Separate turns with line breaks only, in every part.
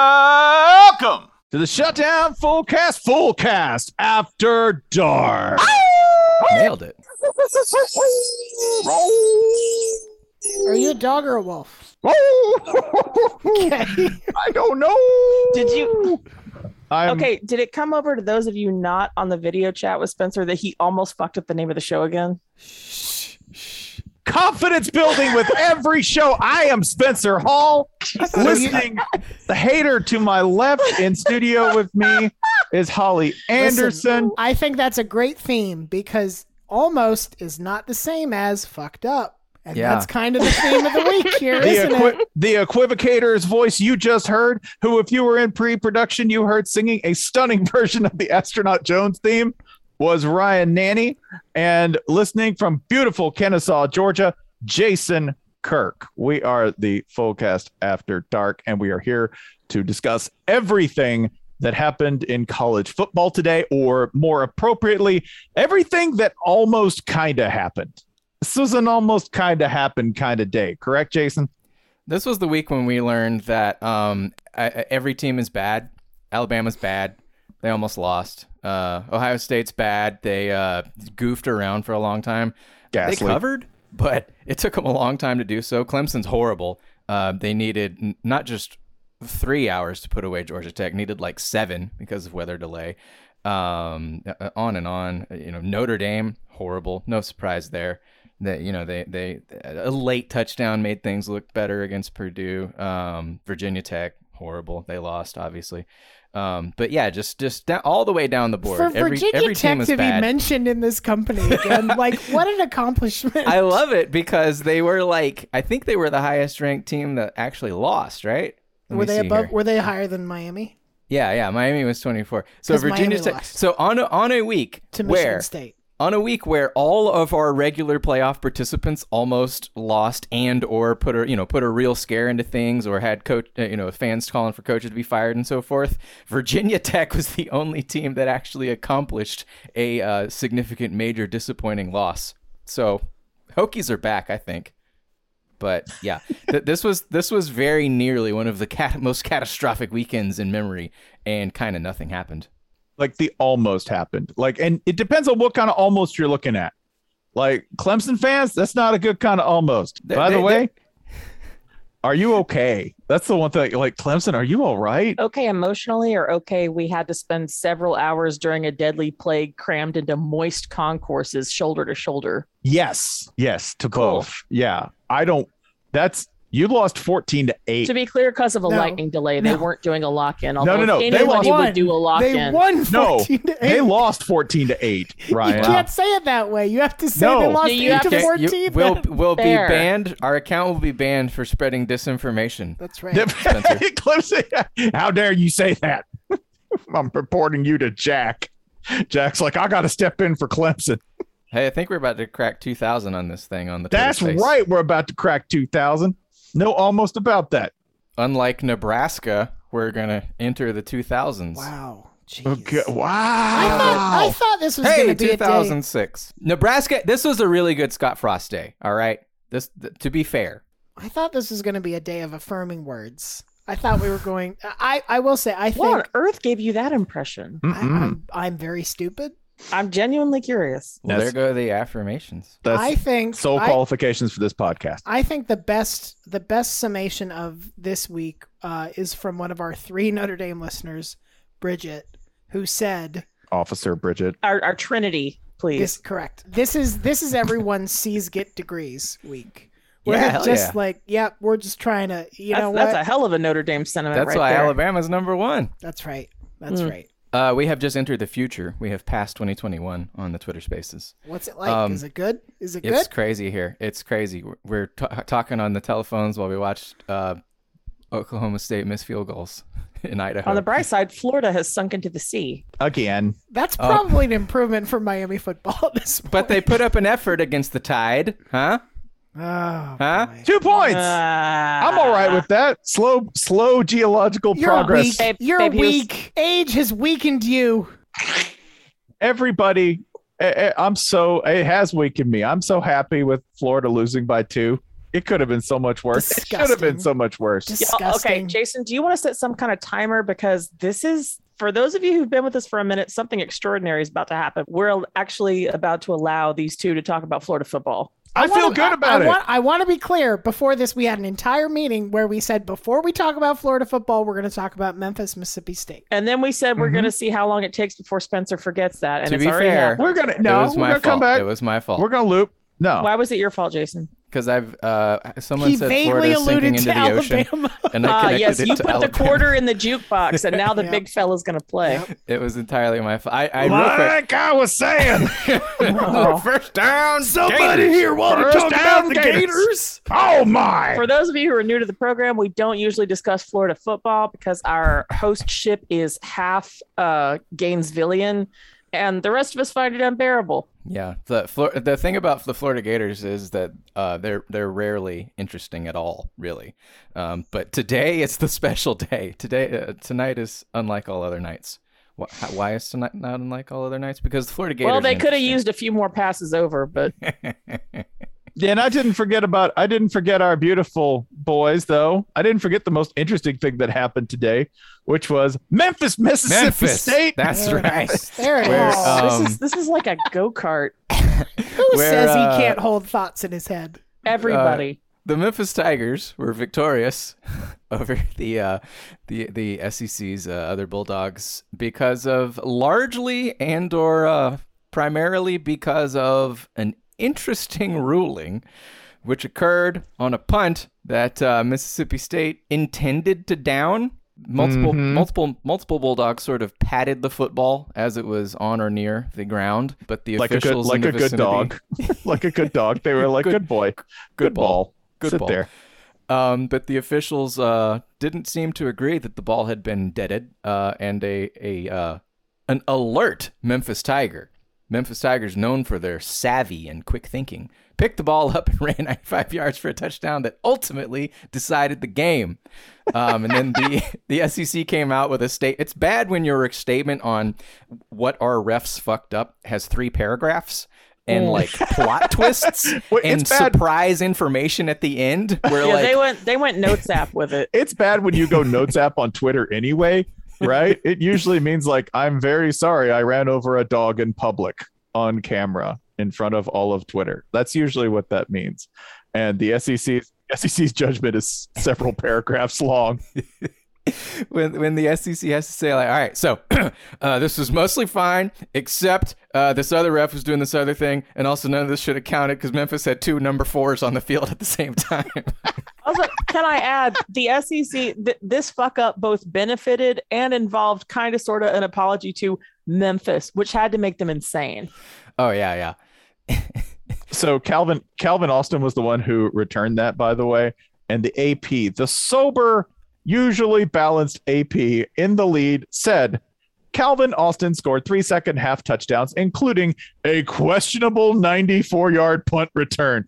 Welcome
to the shutdown full cast full cast after dark
Nailed it.
Are you a dog or a wolf?
Oh. i don't know
Did you-
I'm,
Um,
okay, did it come over to those of you not on the video chat with Spencer that he almost fucked up the name of the show again?
confidence building with every show i am spencer hall listening the hater to my left in studio with me is holly anderson
I think that's a great theme because almost is not the same as fucked up. And
Yeah.
that's kind of the theme of the week here,
the,
isn't it?
equi- the equivocator's voice you just heard, who, if you were in pre production, you heard singing a stunning version of the Astronaut Jones theme, was Ryan Nanny. And listening from beautiful Kennesaw, Georgia, Jason Kirk. We are the full cast after dark, and we are here to discuss everything that happened in college football today, or more appropriately, everything that almost kind of happened. This was an almost kind of happened kind of day, correct, Jason?
This was the week when we learned that um, I- I- every team is bad. Alabama's bad. They almost lost. Uh, Ohio State's bad. They uh, goofed around for a long time. They
Gasly.
covered, but it took them a long time to do so. Clemson's horrible. Uh, they needed n- not just three hours to put away Georgia Tech, needed like seven because of weather delay. Um, uh, uh, on and on. Uh, You know, Notre Dame, horrible. No surprise there. That you know they they a late touchdown made things look better against Purdue. Um, Virginia Tech, horrible. They lost obviously. Um, but yeah, just just da- all the way down the board.
For
every
Virginia
every team
Tech
was
to be
bad.
mentioned in this company again, like what an accomplishment.
I love it because they were like, I think they were the highest ranked team that actually lost, right? Let
were
me
they
see
above
here.
were they higher than Miami?
Yeah, yeah. Miami was 24. So
'Cause
Virginia
Miami
Tech.
lost.
So on a, on a week
To Michigan
where
State.
on a week where all of our regular playoff participants almost lost and or put a you know put a real scare into things or had coach uh, you know fans calling for coaches to be fired and so forth virginia tech was the only team that actually accomplished a uh, significant major disappointing loss so hokies are back i think but yeah th- this was this was very nearly one of the cat- most catastrophic weekends in memory and kind of nothing happened
like the almost happened. Like, and it depends on what kind of almost you're looking at. Like Clemson fans, that's not a good kind of almost.
They-
By the
they-
way, are you okay? That's the one thing. Like Clemson, are you all right?
Okay, emotionally or okay, we had to spend several hours during a deadly plague crammed into moist concourses, shoulder to shoulder.
Yes, yes to
Cool.
both. Yeah, I don't. That's you lost fourteen to eight.
To be clear, because of a
No.
lightning delay, they
No.
weren't doing a lock in.
no, no. They
Anybody
lost-
would do a lock
They
in.
won
no,
14 to 8.
they lost fourteen to eight.
You
Ryan,
can't say it that way. You have to say
No.
they lost
Do you
8
have
to
to-
Okay, you-
14.
we'll, we'll be
Fair.
banned. Our account will be banned for spreading disinformation.
That's
Dep-
right.
Clemson, how dare you say that? I'm reporting you to Jack. Jack's like, I got to step in for Clemson.
Hey, I think we're about to crack 2,000 on this thing on the Twitter
That's
space.
right. We're about to crack 2,000. No, almost about that.
Unlike Nebraska, we're going to enter the 2000s.
Wow. Jeez.
Okay.
I thought, I
Wow.
thought this was
Hey,
going to be a day.
2006. Nebraska, this was a really good Scott Frost day, all right? This th- to be fair.
I thought this was going to be a day of affirming words. I thought we were going. I, I will say, I
What on
think
earth gave you that impression?
I, I'm, I'm very stupid.
I'm genuinely curious.
Well,
That's-
there go the affirmations.
That's
I think
sole
I,
qualifications for this podcast.
I think the best the best summation of this week uh, is from one of our three Notre Dame listeners, Bridget, who said,
Officer Bridget.
Our, our Trinity, please.
"This correct. This is this is everyone's C's get degrees week." We're
Yeah, hell
just
yeah.
like, yep, we're just trying to, you
that's,
know
that's
what?
a hell of a Notre Dame sentiment
That's
right
why
there.
Alabama's number one.
that's right. That's
Mm.
right.
Uh, we have just entered the future. We have passed 2021 on the Twitter Spaces.
What's it like?
Um,
Is it good? Is it
It's
good?
crazy here. It's crazy. We're- We're t- talking on the telephones while we watched uh, Oklahoma State miss field goals in Idaho.
On the bright side, Florida has sunk into the sea.
Again.
That's probably an improvement for Miami football at this point.
but they put up an effort against the Tide, huh?
oh,
Huh?
boy.
Two points.
Ah.
I'm all right with that. Slow, slow geological
You're
progress.
weak.
Babe-
You're
babe, he was-
weak. Age has weakened you.
Everybody, I, am so it has weakened me. I'm so happy with Florida losing by two. It could have been so much worse. It should have
Disgusting.
been so much worse.
Yeah, okay,
Disgusting.
Jason, do you want to set some kind of timer? Because this is, for those of you who've been with us for a minute, something extraordinary is about to happen. We're al- actually about to allow these two to talk about Florida football.
I, feel
wanna-
good about
I
it.
Want, I want to be clear. Before this, we had an entire meeting where we said, before we talk about Florida football, we're going to talk about Memphis, Mississippi State.
And then we said we're
Mm-hmm.
going to see how long it takes before Spencer forgets that. And
To
it's
be
already
fair,
happened.
we're gonna
it
no.
was
We're
my
gonna
fault.
come
It
back.
was my
We're
fault
gonna loop. No,
Why was it your fault, Jason?
because I've uh, someone
He
said
vaguely
Florida's sinking
alluded
into
to
the ocean,
Alabama.
and I
Ah,
connected
yes,
it
you
to
put the
Alabama.
quarter in the jukebox, and now the
Yeah.
big fella's going to play.
It was entirely my fault. I, I real quick,
like I was saying.
First down.
Somebody
Gators.
here want to
First
talk
down,
about the Gators? Oh my!
For those of you who are new to the program, we don't usually discuss Florida football because our hostship is half uh, Gainesvillian, and the rest of us find it unbearable.
Yeah. The Flor- the thing about the Florida Gators is that uh, they're they're rarely interesting at all, really. Um, but today it's the special day. Today uh, tonight is unlike all other nights. Why, why is tonight not unlike all other nights? Because the Florida Gators.
well, they
are
could have
interesting.
used a few more passes over, but
Yeah, and I didn't forget about I didn't forget our beautiful boys though. I didn't forget the most interesting thing that happened today, which was Memphis, Mississippi
Memphis.
State.
That's right.
There it is.
Where, uh, um,
this is this is like a go kart.
Who
where,
says
uh,
he can't hold thoughts in his head?
Everybody,
the Memphis Tigers were victorious over the uh, the the SEC's uh, other Bulldogs because of largely and or uh, primarily because of an interesting ruling, which occurred on a punt that uh, Mississippi State intended to down. Multiple,
Mm-hmm.
multiple, multiple bulldogs sort of patted the football as it was on or near the ground, but the
Like a good
officials in
like
the
a good
vicinity-
dog. like a good dog. They were like good, boy. Good, ball.
Good
Sit
ball.
there.
Um, but the officials uh, didn't seem to agree that the ball had been deaded, uh, and a a uh, an alert Memphis Tiger, Memphis Tigers known for their savvy and quick thinking, picked the ball up and ran 95 yards for a touchdown that ultimately decided the game. Um, and then the the SEC came out with a state. It's bad when your statement on what our refs fucked up has three paragraphs. And like plot twists
Well,
and
it's bad-
surprise information at the end, where
yeah,
like
they went they went notes app with it.
It's bad when you go notes app on Twitter anyway, right? It usually means like I'm very sorry I ran over a dog in public on camera in front of all of Twitter. That's usually what that means. And the E SEC's SEC's judgment is several paragraphs long.
when when the SEC has to say like, all right, so uh, this was mostly fine, except uh, this other ref was doing this other thing, and also none of this should have counted because Memphis had two number fours on the field at the same time.
Also, can I add the SEC? Th- this fuck up both benefited and involved kind of sort of an apology to Memphis, which had to make them insane.
oh yeah, yeah.
So Calvin Calvin Austin was the one who returned that, by the way. And the AP, the sober, usually balanced AP in the lead, said Calvin Austin scored three second half touchdowns, including a questionable 94 yard punt return.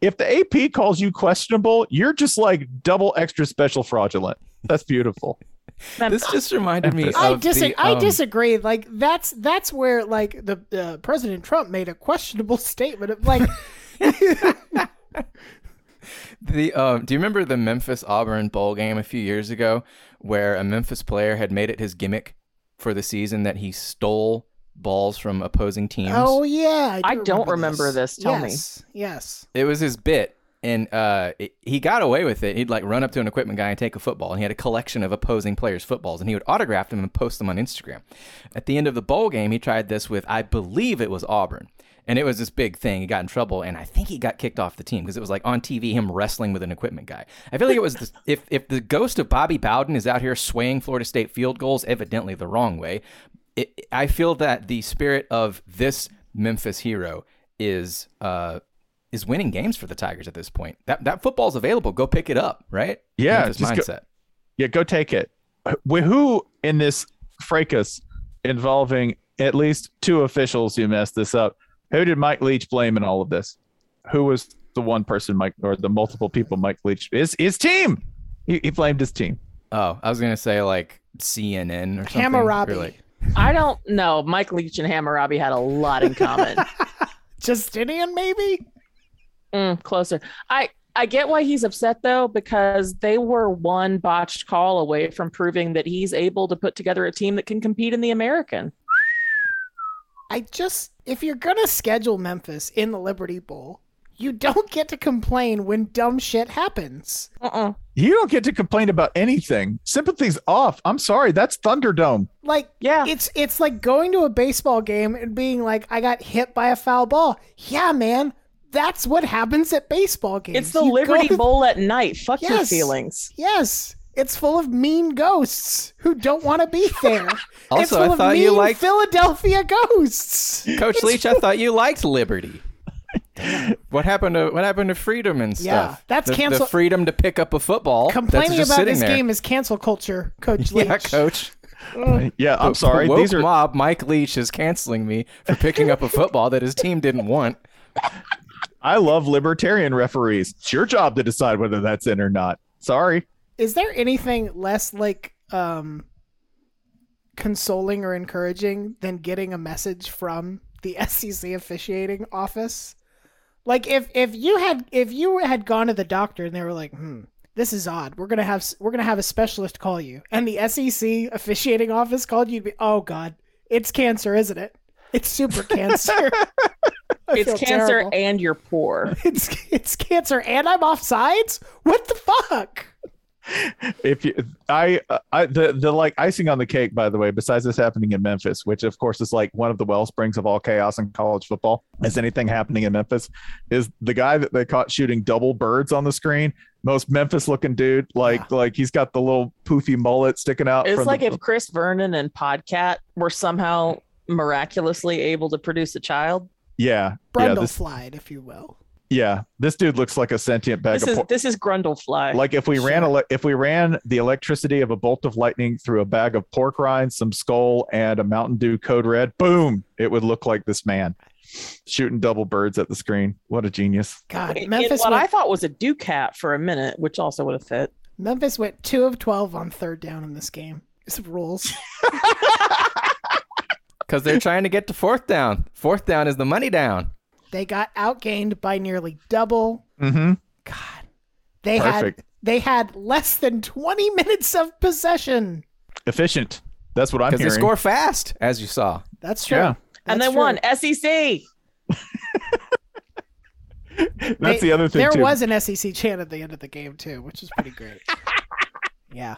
if the AP calls you questionable, you're just like double extra special fraudulent. That's beautiful.
This just reminded me. Of
Um, I dis-
the,
I
um,
disagree. Like that's that's where like the uh, President Trump made a questionable statement of like
The um, do you remember the Memphis Auburn bowl game a few years ago, where a Memphis player had made it his gimmick for the season that he stole balls from opposing teams?
Oh yeah,
I don't remember this. Tell me.
yes, me. Yes.
It was his bit, and uh, it- he got away with it. He'd like run up to an equipment guy and take a football, and he had a collection of opposing players' footballs, and he would autograph them and post them on Instagram. At the end of the bowl game, he tried this with, I believe it was Auburn, and it was this big thing. He got in trouble, and I think he got kicked off the team because it was like on TV him wrestling with an equipment guy. I feel like it was this, if if the ghost of Bobby Bowden is out here swaying Florida State field goals, evidently the wrong way. It, I feel that the spirit of this Memphis hero is uh is winning games for the Tigers at this point. That that football's available. Go pick it up, right?
Yeah,
Memphis
just go-
mindset.
Yeah, go take it. Wh- Who in this fracas involving at least two officials who messed this up? Who did Mike Leach blame in all of this? Who was the one person Mike or the multiple people Mike Leach is his team? He, he blamed his team.
Oh, I was gonna say like CNN or something.
Hammurabi.
Or, like-
I don't know. Mike Leach and Hammurabi had a lot in common.
Justinian, maybe?
Mm, closer. I I get why he's upset though because they were one botched call away from proving that he's able to put together a team that can compete in the American.
I just, if you're going to schedule Memphis in the Liberty Bowl, you don't get to complain when dumb shit happens.
Uh-uh.
You don't get to complain about anything. Sympathy's off. I'm sorry. That's Thunderdome.
Like,
Yeah.
it's it's like going to a baseball game and being like, I got hit by a foul ball. Yeah, man, that's what happens at baseball games.
It's the
You go
Liberty
to-
Bowl at night. Fuck your
Yes.
feelings.
Yes, it's full of mean ghosts who don't want to be there. it's
Also, I
full of
thought
mean
you liked-
Philadelphia ghosts.
Coach Leach, I thought you liked liberty. What happened to what happened to freedom and
Yeah,
stuff?
that's
the, the
cancel-
freedom to pick up a football.
Complaining
Oh, that's just
about
sitting
this
there.
game is cancel culture, Coach Leach.
Yeah, coach.
Yeah, I'm
The
sorry.
woke
These are
mob. Mike Leach is canceling me for picking up a football that his team didn't want.
I love libertarian referees. It's your job to decide whether that's in or not. Sorry.
Is there anything less like um, consoling or encouraging than getting a message from the SEC officiating office? Like if if you had if you had gone to the doctor and they were like, hmm, this is odd. We're gonna have s- we're gonna have a specialist call you, and the SEC officiating office called you. You'd be, oh god, it's cancer, isn't it? It's super cancer. I
It's
feel
cancer
terrible.
and you're poor.
It's it's cancer, and I'm offsides. What the fuck?
if you, I, I, the, the like icing on the cake, by the way, besides this happening in Memphis, which of course is like one of the well springs of all chaos in college football, is anything happening in Memphis, is the guy that they caught shooting double birds on the screen. Most Memphis looking dude, like, like he's got the little poofy mullet sticking out.
It's
from
like
the,
if Chris Vernon and Podcat were somehow miraculously able to produce a child.
yeah, yeah,
Brundle
this,
flied, if you will.
yeah, this dude looks like a sentient bag
This
of
is
por-
this is Grundlefly.
like if we ran
Sure.
ele- if we ran the electricity of a bolt of lightning through a bag of pork rinds, some skull, and a Mountain Dew Code Red, boom! It would look like this man shooting double birds at the screen. What a genius!
God,
In
Memphis
what
went,
I thought was a Ducat for a minute, which also would have fit.
Memphis went two of twelve on third down in this game. It's rules.
Because they're trying to get to fourth down. Fourth down is the money down.
they got outgained by nearly double.
Mm-hmm.
They
Perfect.
had they had less than twenty minutes of possession.
Efficient. That's what I'm
Because they
hearing.
score fast, as you saw.
That's true.
Yeah.
and
That's
they
true.
won SEC.
That's
They-
the other thing
There
too.
was an SEC chant at the end of the game too, which is pretty great. yeah.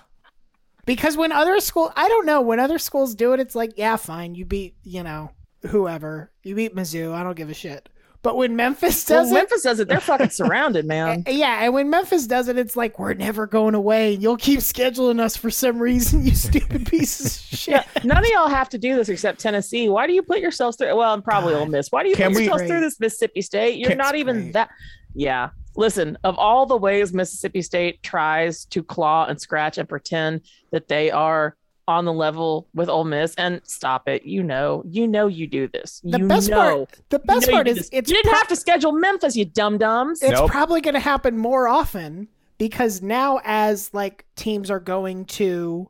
Because when other school I don't know, when other schools do it, it's like, yeah, fine, you beat, you know, whoever. You beat Mizzou, I don't give a shit. But when Memphis does
well,
it
Memphis does it. They're fucking surrounded, man.
Uh, Yeah, and when Memphis does it, it's like we're never going away. You'll keep scheduling us for some reason, you stupid pieces of shit.
Yeah, none of y'all have to do this except Tennessee. Why do you put yourselves through? Well, I'm probably
God.
Ole Miss. Why do you
Can
put
we-
yourselves through this Mississippi State? You're
Can-
not even
Great.
that. Yeah. Listen, of all the ways Mississippi State tries to claw and scratch and pretend that they are on the level with Ole Miss, and stop it. You know, you know, you do this.
The
you
best
know.
part, the
You know
best
you
part
do
is
this.
it's
you didn't
pro-
have to schedule Memphis, you dum dums.
it's
Nope.
probably going to happen more often because now as like teams are going to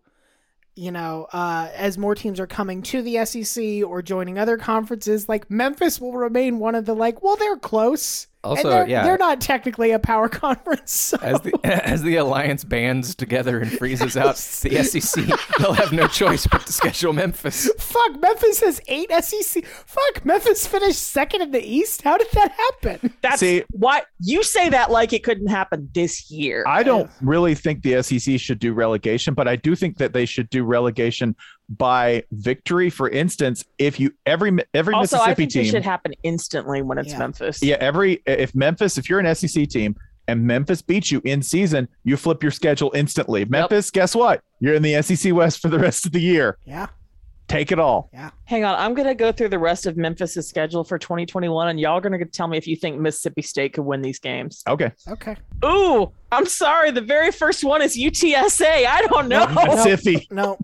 you know uh as more teams are coming to the SEC or joining other conferences like Memphis will remain one of the like well they're close
Also,
and they're,
yeah.
they're not technically a power conference so.
As the as the alliance bands together and freezes out the SEC, they'll have no choice but to schedule Memphis.
Fuck, Memphis has eight SEC. Fuck, Memphis finished second in the East. How did that happen?
That's
See-
why you say that like it couldn't happen this year.
E I don't really think the SEC should do relegation, but I do think that they should do relegation by victory. For instance, if you every every
also, I
Mississippi
think it
team,
should happen instantly when it's
Yeah.
Memphis.
yeah, every if Memphis, if you're an SEC team and Memphis beats you in season, you flip your schedule instantly. Memphis, guess what? You're in the SEC West for the rest of the year.
Yeah.
Take it all.
Hang on, I'm gonna go through the rest of Memphis's schedule for 2021, and y'all are gonna tell me if you think Mississippi State could win these games.
Okay,
Okay.
Ooh, I'm sorry. The very first one is UTSA. I don't know.
that's iffy.
No.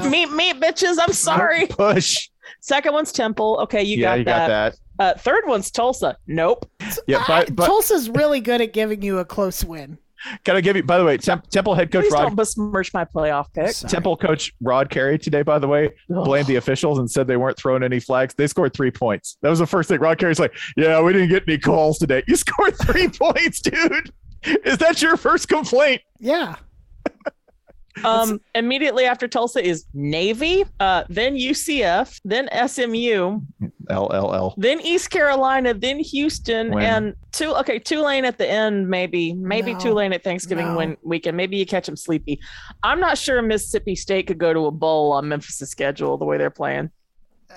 no.
Meet meet bitches. I'm sorry.
Push.
Second one's Temple. Okay, you
yeah,
got
you
that.
got
Uh, third one's Tulsa. Nope.
that. Yeah,
I-
but, but
Tulsa's really good at giving you a close win.
can I give you? By the way, Temp, Temple head coach
Please
Rod
don't besmirch my playoff pick.
Sorry.
Temple coach Rod Carey today, by the way, blamed the officials and said they weren't throwing any flags. They scored three points. That was the first thing. Rod Carey's like, Yeah, we didn't get any calls today. You scored three points, dude. Is that your first complaint?
Yeah.
Um, immediately after Tulsa is Navy, uh, then UCF, then SMU,
L L L.
then East Carolina, then Houston,
When?
and two. Okay, Tulane at the end, maybe, maybe
No.
Tulane at Thanksgiving
No.
win- weekend. Maybe you catch them sleepy. I'm not sure Mississippi State could go to a bowl on Memphis' schedule the way they're playing.
Uh,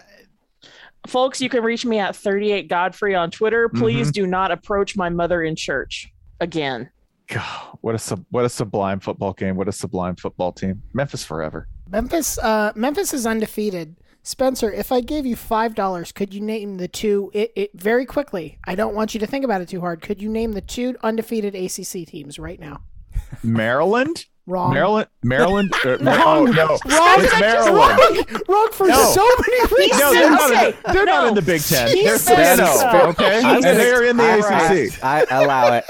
Folks, you can reach me at 38 Godfrey on Twitter. Please do not approach my mother in church again.
God, what a sub, what a sublime football game. What a sublime football team. Memphis forever.
Memphis uh Memphis is undefeated. Spencer, if I gave you five dollars, could you name the two it, it very quickly? I don't want you to think about it too hard. Could you name the two undefeated ACC teams right now?
Maryland,
Wrong.
Maryland, Maryland. uh, Mar- oh no,
Wrong.
it's Maryland.
Wrong. Wrong for
No.
so many reasons.
No, they're not, in, the- they're not
No.
in the Big Ten.
Jesus.
They're Fano, okay?
I'm
And
gonna-
they're in the
all
ACC.
right. I allow it.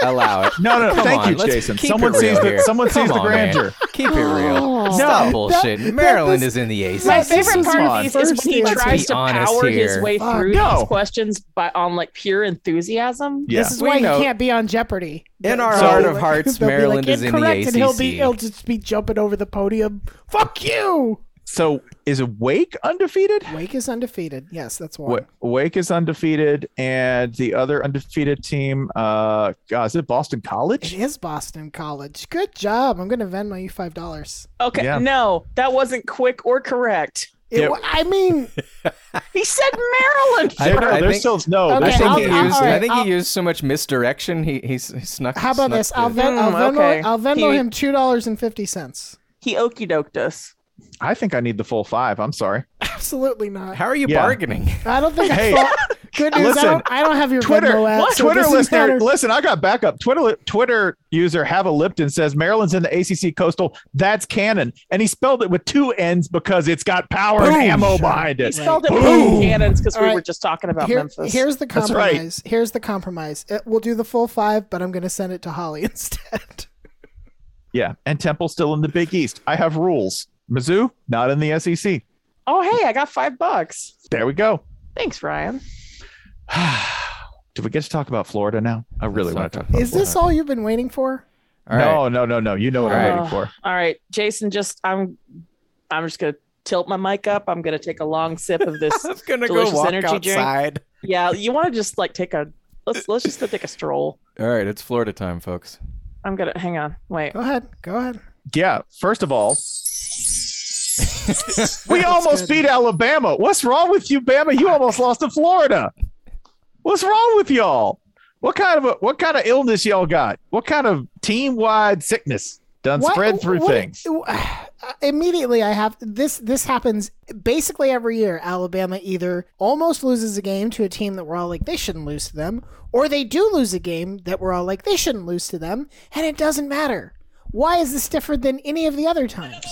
Allow it.
No, no,
Come
thank
on,
you,
let's
Jason.
keep
Someone
it real
sees the
here.
someone
Come
sees the
on, man.
grandeur.
Keep it real.
that-
Stop bullshit.
that
Maryland
was-
is in the AC.
My
Right, this
favorite
was
part
my
of these is
first
when he
answer.
tries to
Let's be honest
power his
here.
way
Fuck,
through
no.
these questions by on like pure enthusiasm.
Yeah.
This is
We
why
know-
you can't be on Jeopardy.
In our
They'll
heart
be
of
hearts,
they'll be
Maryland is in the
"Incorrect," And he'll be
ACC.
he'll just be jumping over the podium. Fuck you.
So is Wake undefeated?
Wake is undefeated. Yes, that's one.
Wa- Wake is undefeated, and the other undefeated team, uh, God, is it Boston
It
College?
is Boston College. Good job. I'm gonna Venmo you five dollars.
Okay,
Yeah.
no, that wasn't quick or correct.
Yeah.
I mean,
He said Maryland.
I-
They're, no,
I
they're
think-
still no.
Okay,
I
they're
think,
still
he,
I'll- I'll-
used,
all
I
right,
think
I'll-
he used so much misdirection. He he s- snuck.
how about
snuck
this? I'll,
the-
Ven- I'll
Mm,
Venmo,
okay.
I'll Venmo
He-
him two dollars and fifty cents.
he okey doked us.
I think I need the full five. I'm sorry.
Absolutely not.
How are you
Yeah.
bargaining?
I don't think.
Hey,
I thought, good news.
listen.
I, don't, I don't have your
Twitter,
Venmo app. so it
Twitter
doesn't
listener,
matter.
listen. I got backup. Twitter, Twitter user Have a Lipton says Maryland's in the ACC Coastal. That's canon, and he spelled it with two N's because it's got power
Boom.
and ammo behind
He
it.
spelled it
Boom.
with cannons because we
All
were
right.
just talking about
Here-
Memphis.
Here's the
That's right.
compromise. Here's the compromise. It, we'll do the full five, but I'm going to send it to Holly instead.
Yeah, and Temple's still in the Big East. I have rules. Mizzou not in the SEC.
oh, hey, I got five bucks.
There we go.
Thanks, Ryan.
Do we get to talk about Florida now? I really want
Let's not
to talk.
talk about
Is this all you've been waiting for?
All right.
no, no, no, no. You know what I'm
All right.
waiting for.
All right, Jason, just I'm I'm just gonna tilt my mic up. I'm gonna take a long sip of this.
I'm gonna go
Delicious
walk
energy drink.
outside.
yeah, you want to just like take a let's let's just go take a stroll.
All right, it's Florida time, folks.
I'm gonna hang on. Wait.
Go ahead. Go ahead.
Yeah. First of all, we almost
good.
beat Alabama. What's wrong with you, Bama? You almost lost to Florida. What's wrong with y'all? What kind of a, what kind of illness y'all got? What kind of team wide sickness done
What-
spread through
what- uh,
things?
Immediately, I have this. This happens basically every year. Alabama either almost loses a game to a team that we're all like they shouldn't lose to them, or they do lose a game that we're all like they shouldn't lose to them, and it doesn't matter. Why is this different than any of the other times?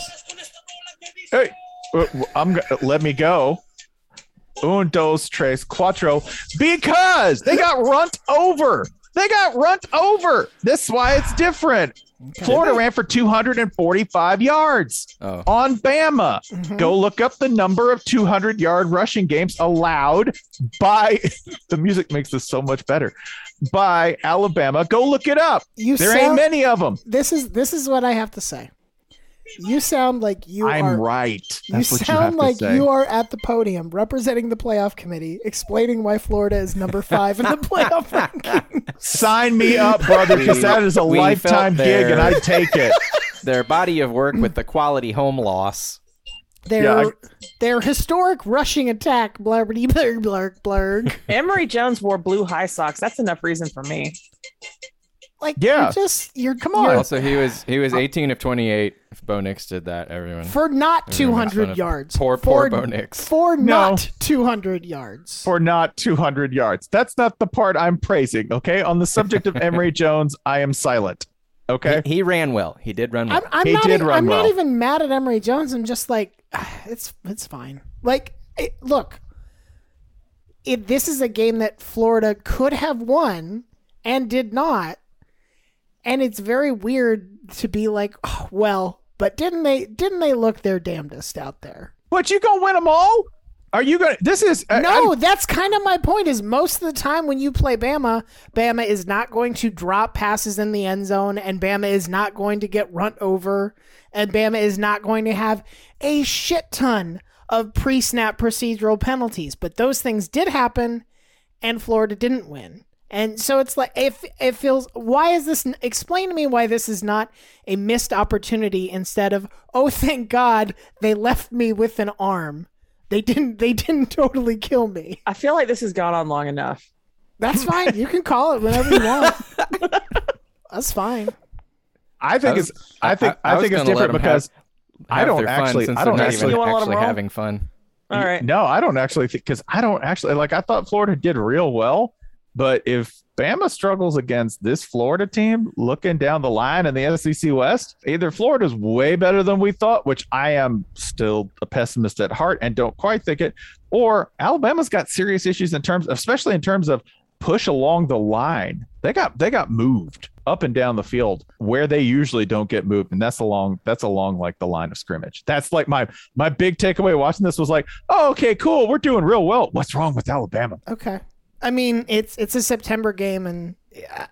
Hey, uh, I'm g- let me go. Un, dos, tres, cuatro. Because they got runt over. They got runt over. That's why it's different. Florida ran for 245 yards
Oh,
on Bama.
Mm-hmm.
Go look up the number of 200 yard rushing games allowed by the music makes this so much better by Alabama. Go look it up.
You
There
sound,
ain't many of them.
This is this is what I have to say. You sound like you
I'm
are.
right.
You
That's what you have
sound
to
like
say.
you are at the podium representing the playoff committee, explaining why Florida is number five in the playoff ranking.
Sign me up, brother, because
We-
that is a
we
lifetime
felt there.
gig and I'd take it.
their body of work with the quality home loss.
Their
Yeah, I-
their historic rushing attack, blurberty blurg blurg blurg.
Emory Jones wore blue high socks. That's enough reason for me.
Like
Yeah.
you're just you're come
on.
Also, he was he was 18 of 28. If Bo Nix did that, everyone.
for not
Everyone makes fun
200
of
yards.
Poor,
for,
poor Bo Nix.
For
No.
not 200 yards.
for not 200 yards. That's not the part I'm praising. Okay. On the subject of Emory Jones, I am silent. Okay.
He, he ran well. He did run well.
I'm, I'm
He
not.
did
e-
run
I'm
well.
not even mad at Emory Jones. I'm just like, "Ah, it's it's fine. Like, it, look, it, this is a game that Florida could have won and did not, and it's very weird to be like, oh, well, but didn't they didn't they look their damnedest out there?
But you gonna win them all? Are you gonna? This is I-
no, that's kind of my point. Is most of the time when you play Bama, Bama is not going to drop passes in the end zone, and Bama is not going to get run over, and Bama is not going to have a shit ton of pre-snap procedural penalties. But those things did happen, and Florida didn't win. And so it's like if it feels why is this explain to me why this is not a missed opportunity instead of oh thank god they left me with an arm. They didn't they didn't totally kill me.
I feel like this has gone on long enough.
That's fine. You can call it whenever you want. That's fine.
I think
I was-
it's. I think. I,
was
think it's
gonna let
different
them have-
because I
have
don't
their fun
actually-
since
I
they're
don't
not
actually-
You
even
wanna let
actually
'em roll?
having fun.
All right.
no, I don't actually think because I don't actually like. I thought Florida did real well, but if Bama struggles against this Florida team, looking down the line in the SEC West, either Florida's way better than we thought, which I am still a pessimist at heart and don't quite think it, or Alabama's got serious issues in terms, especially in terms of push along the line. They got they got moved up and down the field where they usually don't get moved, and that's along that's along like the line of scrimmage. That's like my my big takeaway watching this was like, oh, okay, cool, we're doing real well. What's wrong with Alabama?
Okay. I mean, it's it's a September game, and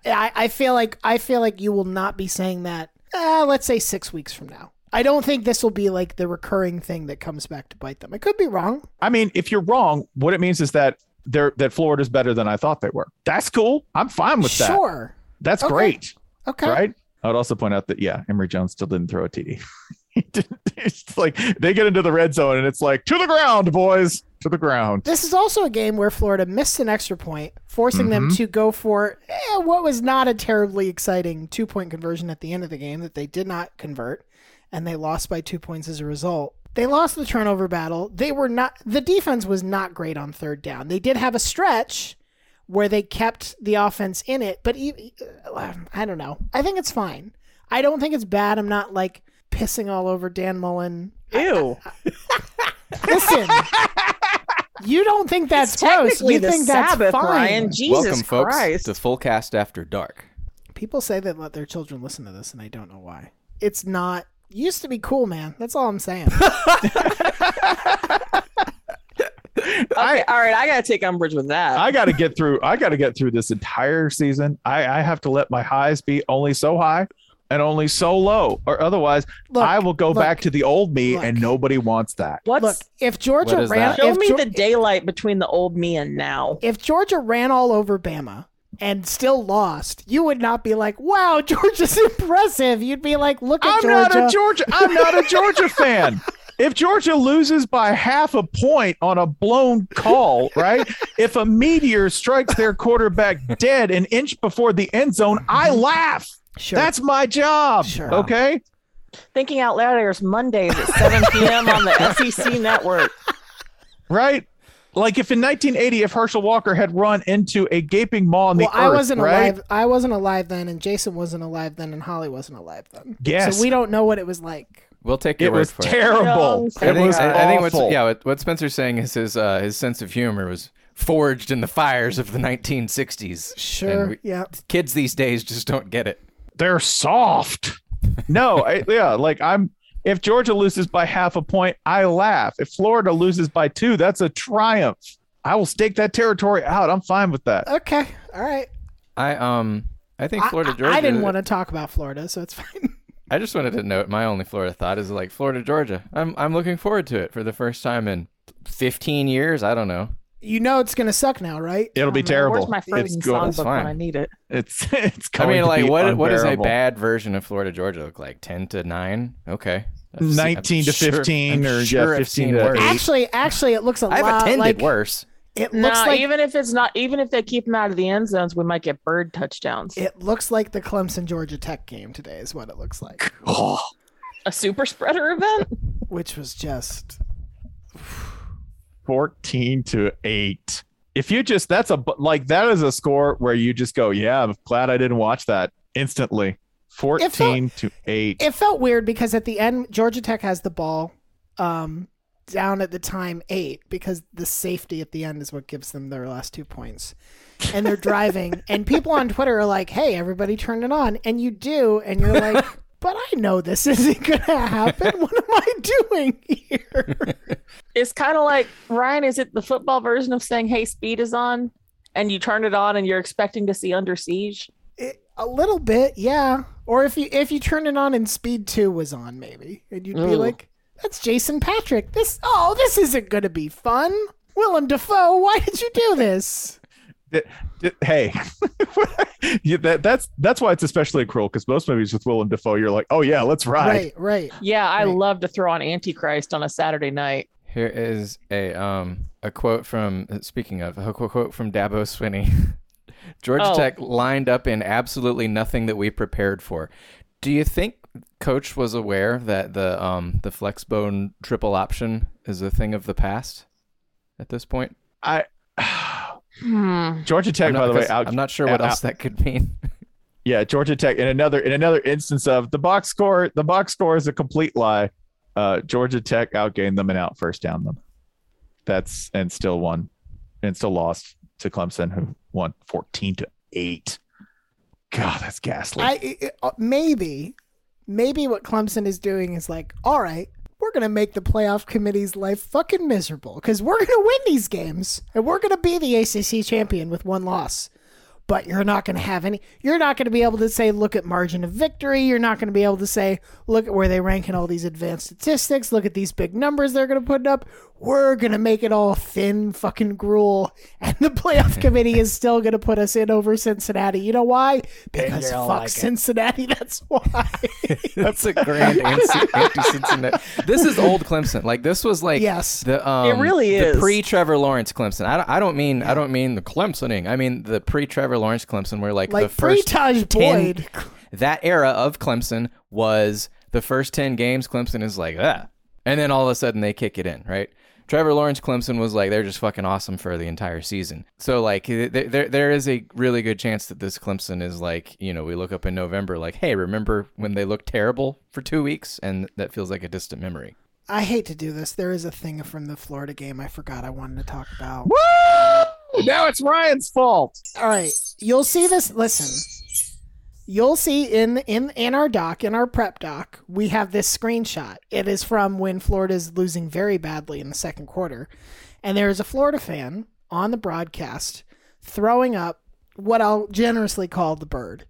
I, I feel like I feel like you will not be saying that. Uh, let's say six weeks from now. I don't think this will be like the recurring thing that comes back to bite them. I could be wrong.
I mean, if you're wrong, what it means is that they're that Florida's better than I thought they were. That's cool. I'm fine with that.
sure.
That's
Okay.
great,
Okay.
right? I would also point out that yeah, Emory Jones still didn't throw a TD. He didn't- it's like they get into the red zone and it's like to the ground, boys, to the ground.
This is also a game where Florida missed an extra point, forcing them to go for eh, what was not a terribly exciting two point conversion at the end of the game that they did not convert, and they lost by two points as a result. They lost the turnover battle. They were not, the defense was not great on third down. They did have a stretch where they kept the offense in it, but e- uh, I don't know. I think it's fine. I don't think it's bad. I'm not like pissing all over Dan Mullen.
Ew.
Listen, you don't think that's gross.
Technically
You
the
think
Sabbath,
that's fine.
Ryan. Jesus
Welcome, folks,
Christ.
to Full Cast After Dark.
People say they let their children listen to this, and I don't know why. It's not used to be cool, man. That's all I'm saying.
Okay, all right, I gotta take umbrage with that.
I got to get through. I got to get through this entire season. I, I have to let my highs be only so high and only so low, or otherwise
Look,
I will go
look,
back to the old me,
look.
and nobody wants that.
What's
Look, if Georgia
What is
ran,
that?
show
if,
me
Geor-
the daylight between the old me and now?
if Georgia ran all over Bama and still lost, you would not be like, "Wow, Georgia's impressive." You'd be like, "Look at
I'm
Georgia."
not a Georgia. I'm not a Georgia fan. If Georgia loses by half a point on a blown call, right? If a meteor strikes their quarterback dead an inch before the end zone, I laugh.
Mm-hmm. Sure.
That's my job.
Sure.
Okay.
Thinking out loud airs Mondays at 7 p.m. on the SEC network.
Right. Like if in 1980, if Herschel Walker had run into a gaping maw in
well,
the earth,
I wasn't
right?
alive. I wasn't alive then, and Jason wasn't alive then, and Holly wasn't alive then.
Yes.
So we don't know what it was like.
We'll take your
It
word
was
for it.
terrible.
No,
I
It
think,
was
I, I think
awful.
what's, yeah, what, what Spencer's saying is his uh, his sense of humor was forged in the fires of the 1960s. And
Sure.
we-
yeah.
kids these days just don't get it.
they're soft. No, I, yeah, like I'm. If Georgia loses by half a point, I laugh. If Florida loses by two, that's a triumph. I will stake that territory out. I'm fine with that.
Okay. All right.
I um I think
I-
Florida
I,
Georgia.
I didn't want to talk about Florida, so it's fine.
I just wanted to note my only Florida thought is like Florida Georgia. I'm I'm looking forward to it for the first time in 15 years. I don't know.
You know it's gonna suck now, right?
It'll be
Oh, Where's
terrible.
my
It's
frozen
good.
songbook when
fine.
I need it?
It's it's
I
going
mean,
to
like
be
what what does a
unbearable.
bad version of Florida Georgia look like? 10 to nine? Okay, I've seen- I'm
19 to
sure-
15
I'm
or, yeah,
sure I've
15
seen
to
worse.
eight.
Actually, actually, it looks a
I've
lot
attended
like
worse.
it
No,
looks like
even if it's not, even if they keep him out of the end zones, we might get bird touchdowns.
it looks like the Clemson Georgia Tech game today is what it looks like,
Oh,
A super spreader event.
which was just
14 to 8. If you just, that's a, like, that is a score where you just go, yeah, I'm glad I didn't watch that instantly. 14 to 8.
it felt weird because at the end Georgia Tech has the ball um, down at the time eight because the safety at the end is what gives them their last two points, and they're driving and people on Twitter are like, "Hey, everybody, turn it on," and you do, and you're like. But I know this isn't going to happen. What am I doing here?
It's kind of like Ryan. Is it the football version of saying, "Hey, speed is on," and you turn it on, and you're expecting to see Under Siege?
It, a little bit, yeah. Or if you if you turned it on and Speed Two was on, maybe, and you'd be
Ooh.
like, "That's Jason Patrick. This oh, this isn't gonna be fun." Willem Dafoe, why did you do this?
D- hey, Yeah, that, that's that's why it's especially cruel because most movies with Willem Dafoe, you're like, oh yeah, let's ride.
Right, right.
Yeah, I
Right.
love to throw on Antichrist on a Saturday night.
Here is a um a quote from uh, speaking of a qu- quote from Dabo Swinney. Georgia
Oh.
Tech lined up in absolutely nothing that we prepared for. Do you think coach was aware that the um the flexbone triple option is a thing of the past at this point?
I
Hmm.
Georgia
I'm
Tech,
not-
by the way,
because
out,
I'm not sure what
out-
else that could mean.
yeah, Georgia Tech in another in another instance of the box score. The box score is a complete lie. Uh, Georgia Tech outgained them and out first down them. That's and still won, and still lost to Clemson, who won fourteen to eight. God, that's ghastly.
I it- uh, maybe, maybe what Clemson is doing is like, all right, we're gonna make the playoff committee's life fucking miserable because we're gonna win these games and we're gonna be the ACC champion with one loss. But you're not gonna have any. You're not gonna be able to say, look at margin of victory. You're not gonna be able to say, look at where they rank in all these advanced statistics. Look at these big numbers they're gonna put up. We're gonna make it all thin fucking gruel, and the playoff committee is still gonna put us in over Cincinnati. You know why? Because fuck Cincinnati. That's why.
That's a grand anti- anti-Cincinnati. This is old Clemson. Like this was like
Yes.
the um,
It really
the
is.
pre-Trevor Lawrence Clemson. I don't, I don't mean I don't mean the Clemsoning. I mean the pre-Trevor Lawrence Clemson, where like, the
like free
first
Taj
10
Boyd.
that era of Clemson was the first ten games. Clemson is like ah, and then all of a sudden they kick it in, right? Trevor Lawrence Clemson was like they're just fucking awesome for the entire season. So like th- th- there there is a really good chance that this Clemson is like you know we look up in November like hey remember when they looked terrible for two weeks and that feels like a distant memory.
I hate to do this. There is a thing from the Florida game I forgot I wanted to talk about.
Woo! Now it's Ryan's fault.
All right, you'll see this. Listen, you'll see in in in our doc, in our prep doc, we have this screenshot. It is from when Florida's losing very badly in the second quarter, and there is a Florida fan on the broadcast throwing up what I'll generously call the bird,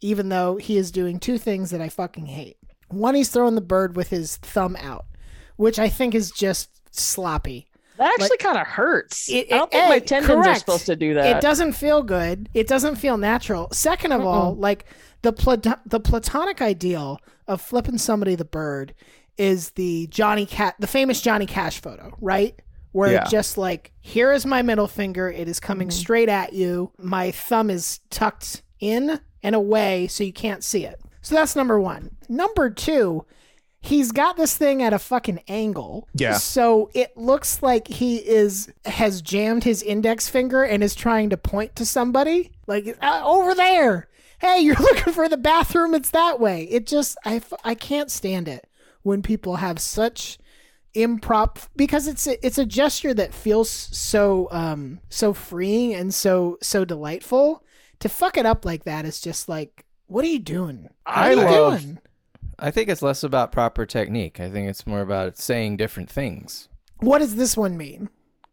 even though he is doing two things that I fucking hate. One, he's throwing the bird with his thumb out, which I think is just sloppy.
That actually
Like-
kind of hurts.
It-
I don't
it-
think my
hey,
tendons are
correct.
supposed to do that.
It doesn't feel good. It doesn't feel natural. Second of all, like the plat- the platonic ideal of flipping somebody the bird is the Johnny Cat, the famous Johnny Cash photo, right? Where
Yeah.
it just like here is my middle finger. It is coming
Mm-hmm.
straight at you. My thumb is tucked in and away, so you can't see it. So that's number one. Number two, he's got this thing at a fucking angle.
Yeah.
So it looks like he is has jammed his index finger and is trying to point to somebody like uh, over there. Hey, you're looking for the bathroom. It's that way. It just I f- I can't stand it when people have such improp because it's a, it's a gesture that feels so um so freeing and so so delightful to fuck it up like that is just like what are you doing what
I
are you
love-
doing
I think it's less about proper technique. I think it's more about saying different things.
what does this one mean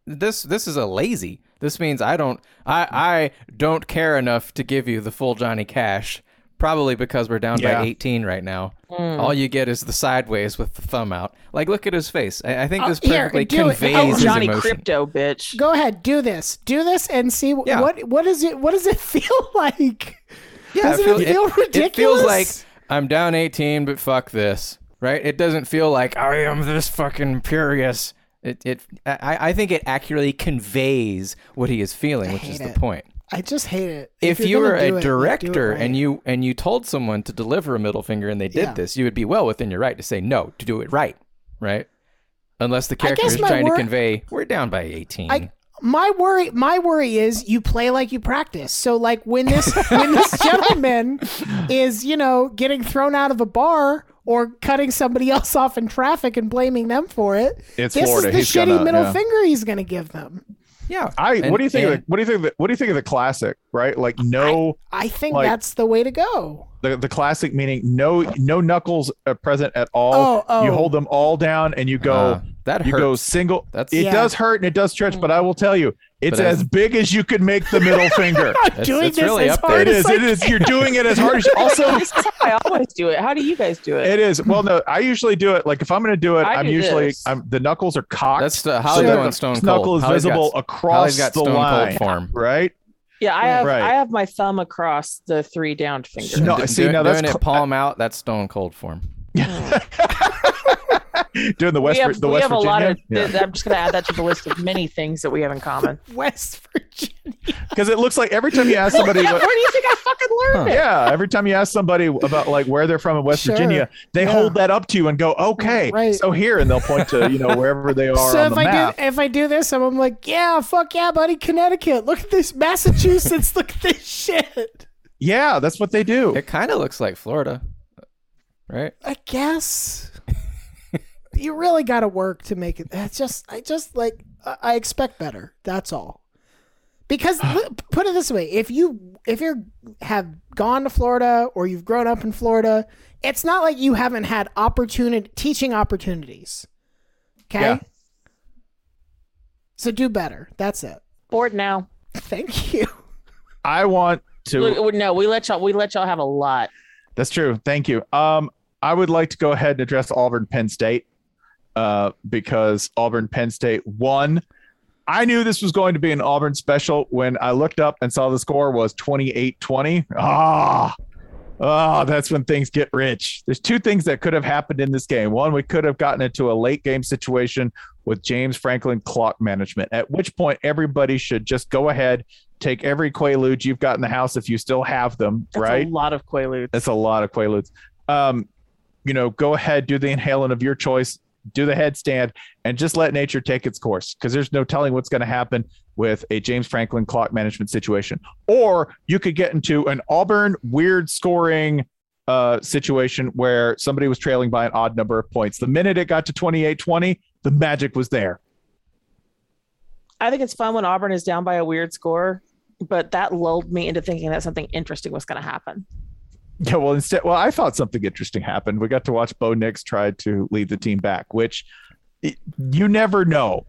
This this is a lazy. This means I don't I I don't care enough to give you the full Johnny Cash. Probably because we're down
Yeah.
by 18 right now.
Hmm.
All you get is the sideways with the thumb out. Like look at his face. I, I think
Oh,
this
here,
perfectly
do it. Oh,
conveys
oh,
his
Johnny
emotion.
Crypto, bitch.
go ahead do this do this and see wh-
Yeah.
what what is it what does it feel like
Yeah,
doesn't it
feels-
feel
It feels
ridiculous
like I'm down 18, but fuck this. right? It doesn't feel like I am this fucking imperious. It, it I, I think it accurately conveys what he is feeling, which is
hate
the
it.
point.
I just hate it.
If, you
you're
were
gonna do
a
it, like, do it
director
right.
and you and you told someone to deliver a middle finger and they did
Yeah.
this, you would be well within your right to say no to do it right, right? Unless the character
guess
is
my
trying
wor-
to convey we're down by eighteen.
I- my worry my worry is you play like you practice so like when this when this gentleman is you know getting thrown out of a bar or cutting somebody else off in traffic and blaming them for it
It's
this
Florida.
is the
He's
shitty
gonna-
middle
yeah.
finger he's gonna give them
yeah.
I.
And-
what do you think? of
and-
the, what do you think? Of the, what do you think of the classic? Right, like no,
i think
Like-
that's the way to go
the, the classic meaning no, no knuckles uh, present at all.
Oh, oh.
You hold them all down and you go.
Uh, that
you
hurts.
go single.
That's-
it
Yeah.
does hurt and it does stretch, but I will tell you, it's
But I-
as big as you could make the middle finger.
That's-
doing
that's
this
really
as
up there.
hard
it is.
as I
It is. You're doing it as hard as also.
This is how I always do it. How do you guys do it?
It is. Well, no, I usually do it. Like if I'm going to do it,
I
I'm
do
usually
this.
I'm the knuckles are cocked.
That's the Holly's
that
going
the
Stone Cold.
knuckle is
Holly's got-
visible
Holly's
across
got
the
Stone
line,
Cold form.
right?
Yeah, I have
Right.
I have my thumb across the three downed finger.
No,
Do-
see,
doing-
now that's
doing
cl-
it palm out. That's Stone Cold form.
Doing the
we
West,
have,
the
we
West
have
Virginia.
a lot of.
Yeah.
th- I'm just going to add that to the list of many things that we have in common.
west virginia
because it looks like every time you ask somebody
Yeah,
what-
where do you think I fucking learned it?
yeah every time you ask somebody about like where they're from in west
Sure.
virginia they
Yeah.
hold that up to you and go okay
Right.
so here and they'll point to you know wherever they are
so
on
if
the
i
map
do if i do this i'm, I'm like yeah fuck yeah buddy connecticut look at this massachusetts look at this shit
yeah that's what they do
It kind of looks like Florida, right?
I guess you really got to work to make it. That's just I just like I I expect better. That's all. Because li- put it this way, if you if you have gone to Florida or you've grown up in Florida, it's not like you haven't had opportunity teaching opportunities. Okay?
Yeah.
So do better. That's it.
Bored now.
Thank you.
i want to
Look, we- no, we let y'all. We let y'all have a lot.
That's true. Thank you. Um, I would like to go ahead and address Auburn Penn State uh, because Auburn Penn State won. I knew this was going to be an Auburn special when I looked up and saw the score was 28 20. Ah, ah, that's when things get rich. There's two things that could have happened in this game. One, we could have gotten into a late game situation with James Franklin clock management, at which point everybody should just go ahead, take every Quaalude you've got in the house if you still have them,
That's
right?
A lot of Quaaludes.
That's a lot of Quaaludes. Um, you know, go ahead, do the inhalant of your choice, do the headstand, and just let nature take its course because there's no telling what's going to happen with a James Franklin clock management situation. Or you could get into an Auburn weird scoring uh, situation where somebody was trailing by an odd number of points. The minute it got to 28 20, the magic was there.
I think it's fun when Auburn is down by a weird score, but that lulled me into thinking that something interesting was going to happen.
Yeah, well, instead, well, I thought something interesting happened. We got to watch Bo Nix try to lead the team back, which it, you never know.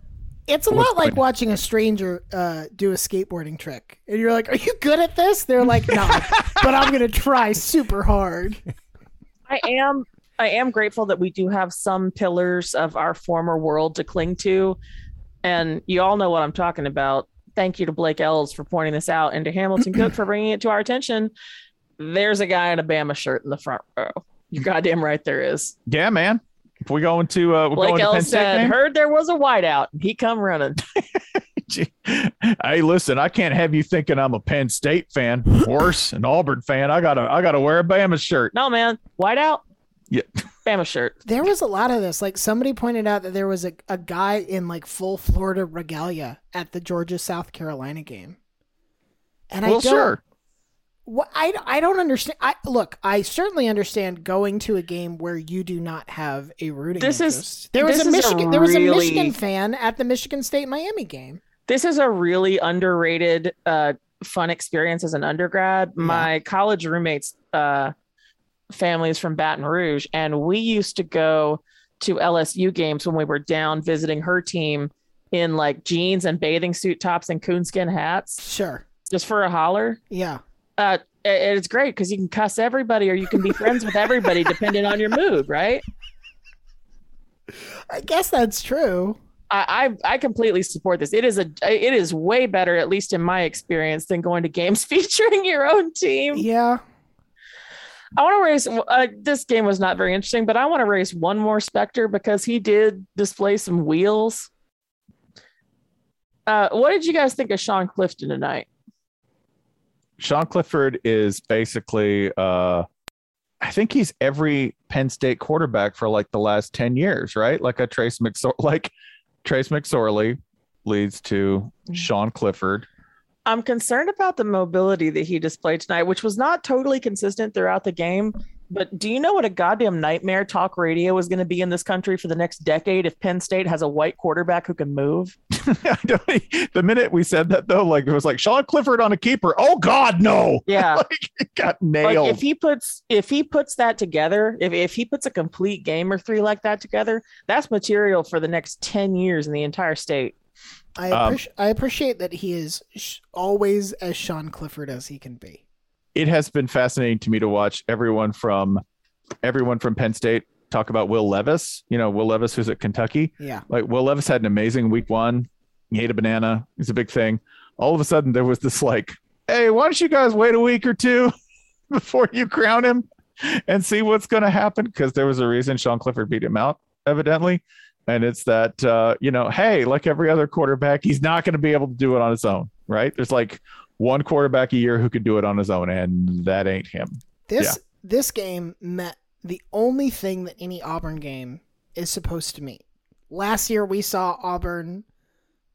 It's a
What's
lot like
good?
watching a stranger uh, do a skateboarding trick, and you're like, "Are you good at this?" They're like, "No, but I'm gonna try super hard."
I am. I am grateful that we do have some pillars of our former world to cling to, and you all know what I'm talking about. Thank you to Blake Ells for pointing this out, and to Hamilton Cook for bringing it to our attention. There's a guy in a Bama shirt in the front row. You're goddamn right, there is.
Yeah, man. If we going to uh, we're
Blake
going to Penn
Ells
State
said,
game?
"Heard there was a whiteout, and he come running."
Gee. hey, listen, I can't have you thinking I'm a Penn State fan, worse an Auburn fan. I gotta I gotta wear a Bama shirt.
No, man, whiteout.
Yeah.
Bama shirt.
There was a lot of this. Like somebody pointed out that there was a, a guy in like full Florida regalia at the Georgia South Carolina game. And
well,
I don't,
sure.
Wha- I, I don't understand. I look, I certainly understand going to a game where you do not have a rooting.
This is-
interest. there was
this
a
is a
Michigan there was a
really-
Michigan fan at the Michigan State Miami game.
This is a really underrated uh, fun experience as an undergrad. My college roommates' uh, families from Baton Rouge, and we used to go to LSU games when we were down visiting her team in like jeans and bathing suit tops and coonskin hats
Sure,
just for a holler.
yeah,
Uh, it- it's great because you can cuss everybody or you can be friends with everybody depending on your mood, right?
I guess that's true.
I, I I completely support this. It is a it is way better, at least in my experience, than going to games featuring your own team.
Yeah,
I want to raise. Uh, this game was not very interesting, but I want to raise one more Spectre because he did display some wheels. Uh, what did you guys think of Sean Clifton tonight?
Sean Clifford is basically, uh, I think he's every Penn State quarterback for like the last ten years, right? Like a Trace McSor, like Trace McSorley leads to
Mm-hmm.
Sean Clifford.
I'm concerned about the mobility that he displayed tonight, which was not totally consistent throughout the game. But do you know what a goddamn nightmare talk radio is going to be in this country for the next decade if Penn State has a white quarterback who can move?
I don't- e, the minute we said that though, like it was like Sean Clifford on a keeper. Oh God, no!
Yeah.
Like it got
Like
nailed.
if he puts if he puts that together, if, if he puts a complete game or three like that together, that's material for the next 10 years in the entire state.
I,
Um,
appreci- I appreciate that he is sh- always as Sean Clifford as he can be.
it has been fascinating to me to watch everyone from everyone from Penn State talk about Will Levis. You know, Will Levis who's at Kentucky.
Yeah.
Like Will Levis had an amazing week one. He ate a banana. It's a big thing. All of a sudden there was this like, hey, why don't you guys wait a week or two before you crown him and see what's gonna happen? Because there was a reason Sean Clifford beat him out, evidently. And it's that uh, you know, hey, like every other quarterback, he's not gonna be able to do it on his own, right? There's like one quarterback a year who could do it on his own, and that ain't him.
This
Yeah.
this game met the only thing that any Auburn game is supposed to meet. Last year we saw Auburn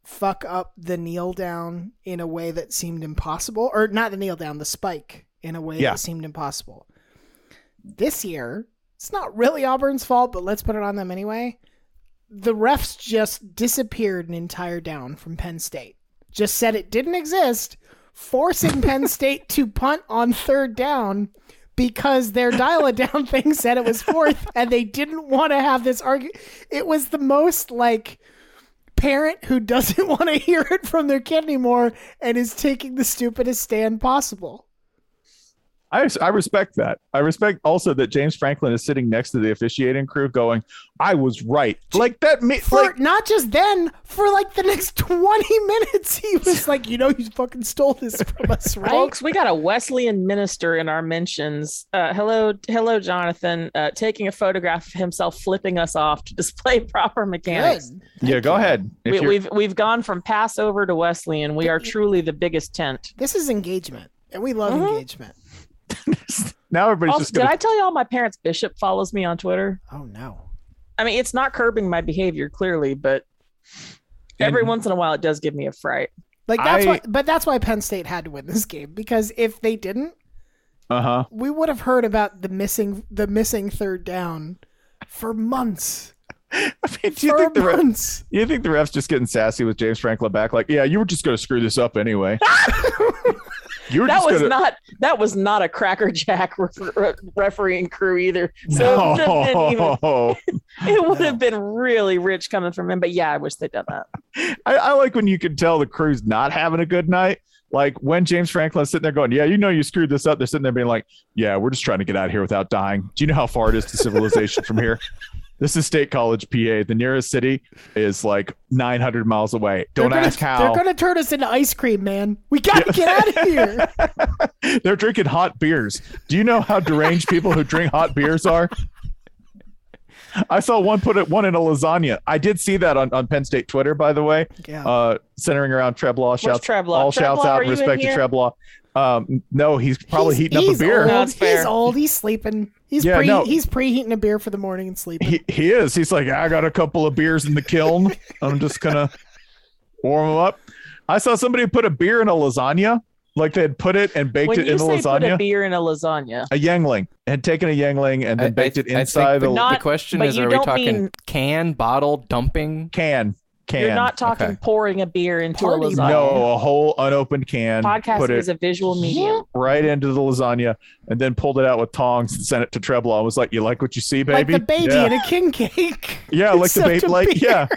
fuck up the kneel down in a way that seemed impossible or not the kneel down, the spike in a way
Yeah.
that seemed impossible. This year, it's not really Auburn's fault, but let's put it on them anyway. The refs just disappeared an entire down from Penn State. Just said it didn't exist, forcing Penn State to punt on third down because their dial a down thing said it was fourth and they didn't want to have this argument. It was the most like parent who doesn't want to hear it from their kid anymore and is taking the stupidest stand possible.
I, I respect that. I respect also that James Franklin is sitting next to the officiating crew going, I was right. Like that, me-
For
like,
not just then, for like the next 20 minutes, he was like, you know, you fucking stole this from us, right?
Folks, we got a Wesleyan minister in our mentions. Uh, hello, hello, Jonathan, uh, taking a photograph of himself flipping us off to display proper
Good.
mechanics.
yeah, go ahead. If
We,
you're-
we've we've gone from Passover to Wesleyan. We are truly the biggest tent.
This is engagement, and we love
Mm-hmm.
Mhm.
engagement.
now everybody's
Also,
just
did
going
I tell y'all my parents' bishop follows me on Twitter?
Oh no.
I mean, it's not curbing my behavior clearly, but every
And-
once in a while it does give me a fright.
Like that's
I-
why but that's why Penn State had to win this game because if they didn't,
uh huh.
we would have heard about the missing the missing third down for months.
I mean, do you
for
think the ref,
months.
you think the refs just getting sassy with James Franklin back? Like, yeah, you were just going to screw this up anyway. you were
That
just
was
going to.
not that was not a crackerjack re- re- refereeing crew either. So it would have been even
no.
It would
No.
have been really rich coming from him, but yeah, I wish they'd done that.
I, I like when you can tell the crew's not having a good night. Like when James Franklin's sitting there going, Yeah, you know you screwed this up. They're sitting there being like, Yeah, we're just trying to get out of here without dying. Do you know how far it is to civilization from here? This is State College, PA. The nearest city is like 900 miles away. Don't
They're gonna-
ask how.
They're gonna turn us into ice cream, man. We gotta get out of here.
They're drinking hot beers. Do you know how deranged people who drink hot beers are? I saw one put it one in a lasagna. I did see that on, on Penn State Twitter, by the way.
Yeah.
Uh, centering around Treblaw.
Where's
Shouts
Treblaw?
all shouts
Treblaw,
out
are
and
you in
respect to
here?
Treblaw. Um, no, he's probably
He's-
heating
he's
up a beer.
Old,
That's
he's
fair.
old. He's sleeping. He's
Yeah,
pre-
no.
he's preheating a beer for the morning and sleeping.
He, he is. He's like, I got a couple of beers in the kiln. I'm just gonna warm them up. I saw somebody put a beer in a lasagna, like they had put it and baked
when
it
you
in a
say put a
lasagna.
beer in a lasagna,
A Yangling had taken a Yangling and then
I- I-
baked it
I think
inside the
the,
Not-
the question
but
is:
you
Are we
don't
talking
mean-
can, bottle, dumping?
can. Can
you're not talking
Okay.
pouring a beer into
Party
a lasagna.
no a whole unopened can.
Podcasting
put it
is a visual medium.
right into the lasagna and then pulled it out with tongs and sent it to Treblaw. I was like, "You like what you see,
like
baby?
the baby
Yeah.
in a king cake.
Yeah, like the
Except
baby,
a
like
beer.
yeah.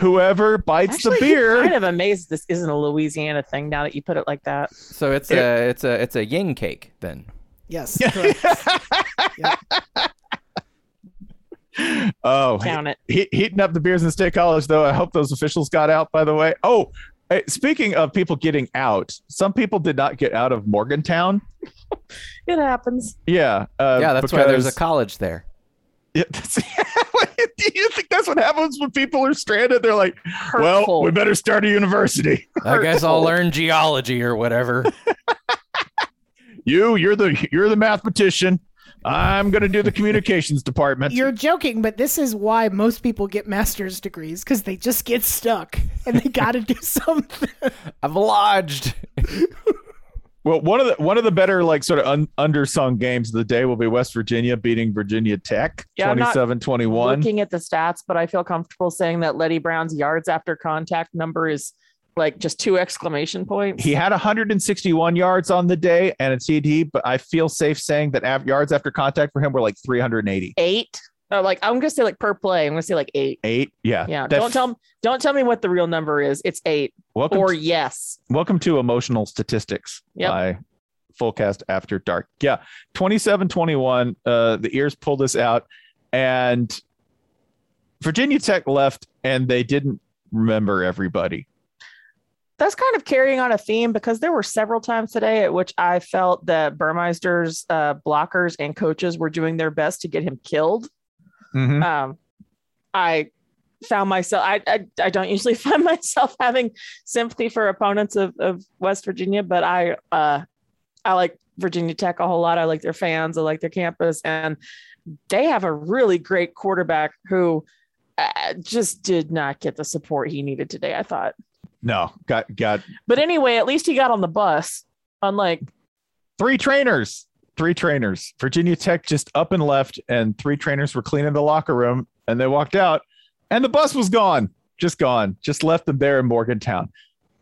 Whoever bites
Actually,
the beer,
Kind of amazed this isn't a Louisiana thing now that you put it like that.
So it's
It-
a it's a it's a yin cake then.
Yes. correct.
oh,
Count it.
he- heating up the beers in State College though. I hope those officials got out. By the way, oh, eh, speaking of people getting out, some people did not get out of Morgantown.
It happens.
Yeah. Uh,
yeah, that's why there's a
because-
college there.
Yeah, that's- Do you think that's what happens when people are stranded? They're like, well,
Hurtful.
we better start a university.
I guess I'll learn geology or whatever.
You, you're the you're the mathematician. I'm gonna do the communications department.
You're joking, but this is why most people get master's degrees because they just get stuck and they got to do something.
I've lodged.
Well, one of the one of the better like sort of un, undersung games of the day will be West Virginia beating Virginia Tech
Yeah, I'm not
27-21.
Looking at the stats, but I feel comfortable saying that Letty Brown's yards after contact number is like just two exclamation points.
He had 161 yards on the day and a TD, but I feel safe saying that af- yards after contact for him were like 380.
Eight. Or like I'm gonna say like per play. I'm gonna say like eight.
Eight, yeah,
Yeah.
That's-
don't tell don't tell me what the real number is. It's eight
Welcome,
or
to-
yes.
welcome to emotional statistics
Yep.
by Fullcast After Dark. Yeah, 27-21. Uh, the ears pulled this out, and Virginia Tech left, and they didn't remember everybody.
That's kind of carrying on a theme because there were several times today at which I felt that Burmeister's uh, blockers and coaches were doing their best to get him killed.
Mhm.
um, I found myself I, I I don't usually find myself having sympathy for opponents of, of West Virginia, but I uh I like Virginia Tech a whole lot. I like their fans, I like their campus, and they have a really great quarterback who uh, just did not get the support he needed today, I thought.
No, got got
But anyway, at least he got on the bus. Unlike
three trainers three trainers virginia tech just up and left and three trainers were cleaning the locker room and they walked out and the bus was gone just gone just left them there in morgantown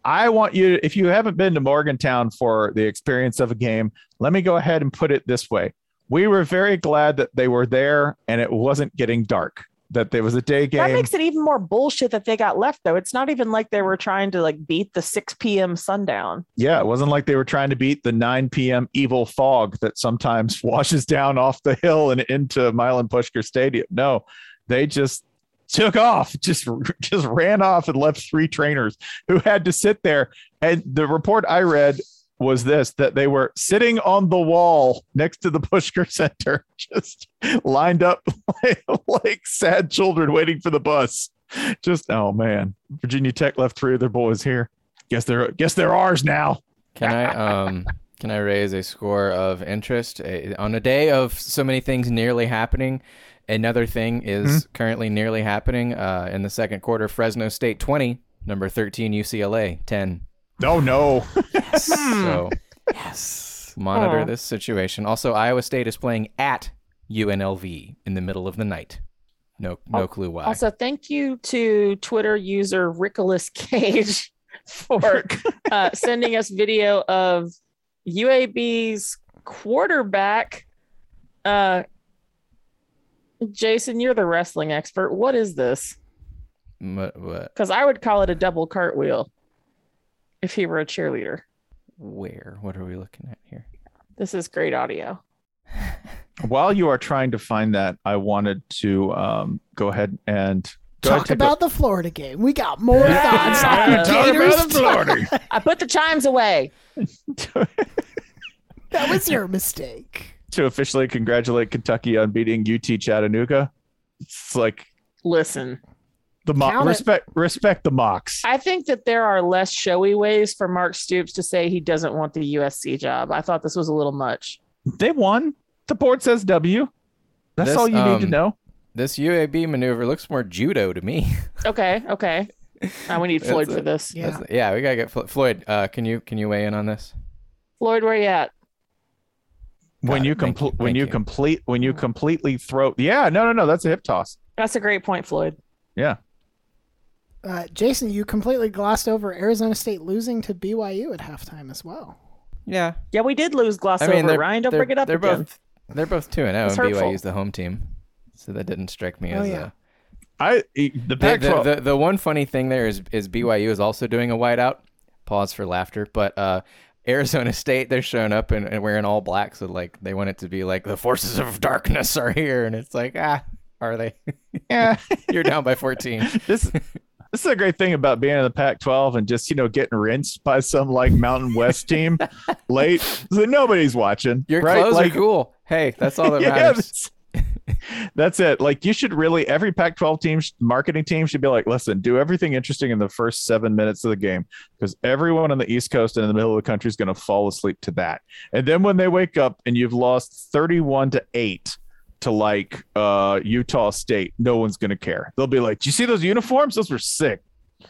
i want you if you haven't been to morgantown for the experience of a game let me go ahead and put it this way we were very glad that they were there and it wasn't getting dark that there was a day game
that makes it even more bullshit that they got left though. It's not even like they were trying to like beat the 6 p.m. sundown.
yeah it wasn't like they were trying to beat the 9 p.m evil fog that sometimes washes down off the hill and into milan pushker stadium no they just took off just just ran off and left three trainers who had to sit there and the report i read was this that they were sitting on the wall next to the pushker center just lined up like, like sad children waiting for the bus just oh man virginia tech left three of their boys here guess they're guess they're ours now
Can I um can I raise a score of interest A- on a day of so many things nearly happening? Another thing is currently nearly happening uh, in the second quarter. Fresno State twenty, number thirteen UCLA ten.
Oh no.
Hmm.
so
yes.
monitor
Aw.
this situation. Also, Iowa State is playing at UNLV in the middle of the night. No,
Oh,
no clue why.
Also, thank you to Twitter user Rickolas Cage for uh, sending us video of UAB's quarterback. Uh, Jason, you're the wrestling expert. What is this?
What- what-
Because I would call it a double cartwheel if he were a cheerleader.
where? What are we looking at here?
This is great audio.
While you are trying to find that, I wanted to um, go ahead and go ahead
Talk
and take
about the Florida game. We got more
Yeah.
thoughts
a-
on
Yeah,
Talk about
Gators.
the Florida.
I put the chimes away.
That was your mistake.
to officially congratulate Kentucky on beating UT Chattanooga. It's like
Listen,
the mo-
Count it.
respect respect the mocks.
I think that there are less showy ways for Mark Stoops to say he doesn't want the USC job. I thought this was a little much.
They won. The board says W. That's
This,
all you need to
um,
know.
This UAB maneuver looks more judo to me.
Okay, okay. Uh, we need Floyd
That's
for
it.
this.
Yeah.
That's- yeah, we gotta get Flo- Floyd. Uh, can you can you weigh in on this?
Floyd, where you at?
When
it.
you
Thank you.
complete when
Thank
you
you.
complete when you completely throw Yeah, no no no, that's a hip toss.
That's a great point, Floyd.
Yeah.
Uh, Jason, you completely glossed over Arizona State losing to BYU at halftime as well.
Yeah,
Yeah, we did lose gloss over. Ryan, don't
they're-
bring it up
They're
again.
both they're both two and oh zero,
It's
and
hurtful.
BYU's the home team, so that didn't strike me
Oh,
as
yeah.
a.
I the
The,
Pac
the, the, the one funny thing there is is BYU is also doing a whiteout. Pause for laughter, but uh, Arizona State they're showing up and, and wearing all black, so like they want it to be like the forces of darkness are here, and it's like ah, are they?
yeah.
You're down by fourteen.
this This is a great thing about being in the Pac-12 and just you know getting rinsed by some like Mountain West team late. So nobody's watching.
Your
right?
clothes
like,
are cool. Hey, that's all that
yeah,
matters.
that's, that's it. Like you should really every Pac-12 team sh- marketing team should be like, listen, do everything interesting in the first seven minutes of the game because everyone on the East Coast and in the middle of the country is going to fall asleep to that. And then when they wake up and you've lost thirty-one to eight to like uh, Utah State, no one's going to care. They'll be like, do you see those uniforms? Those were sick.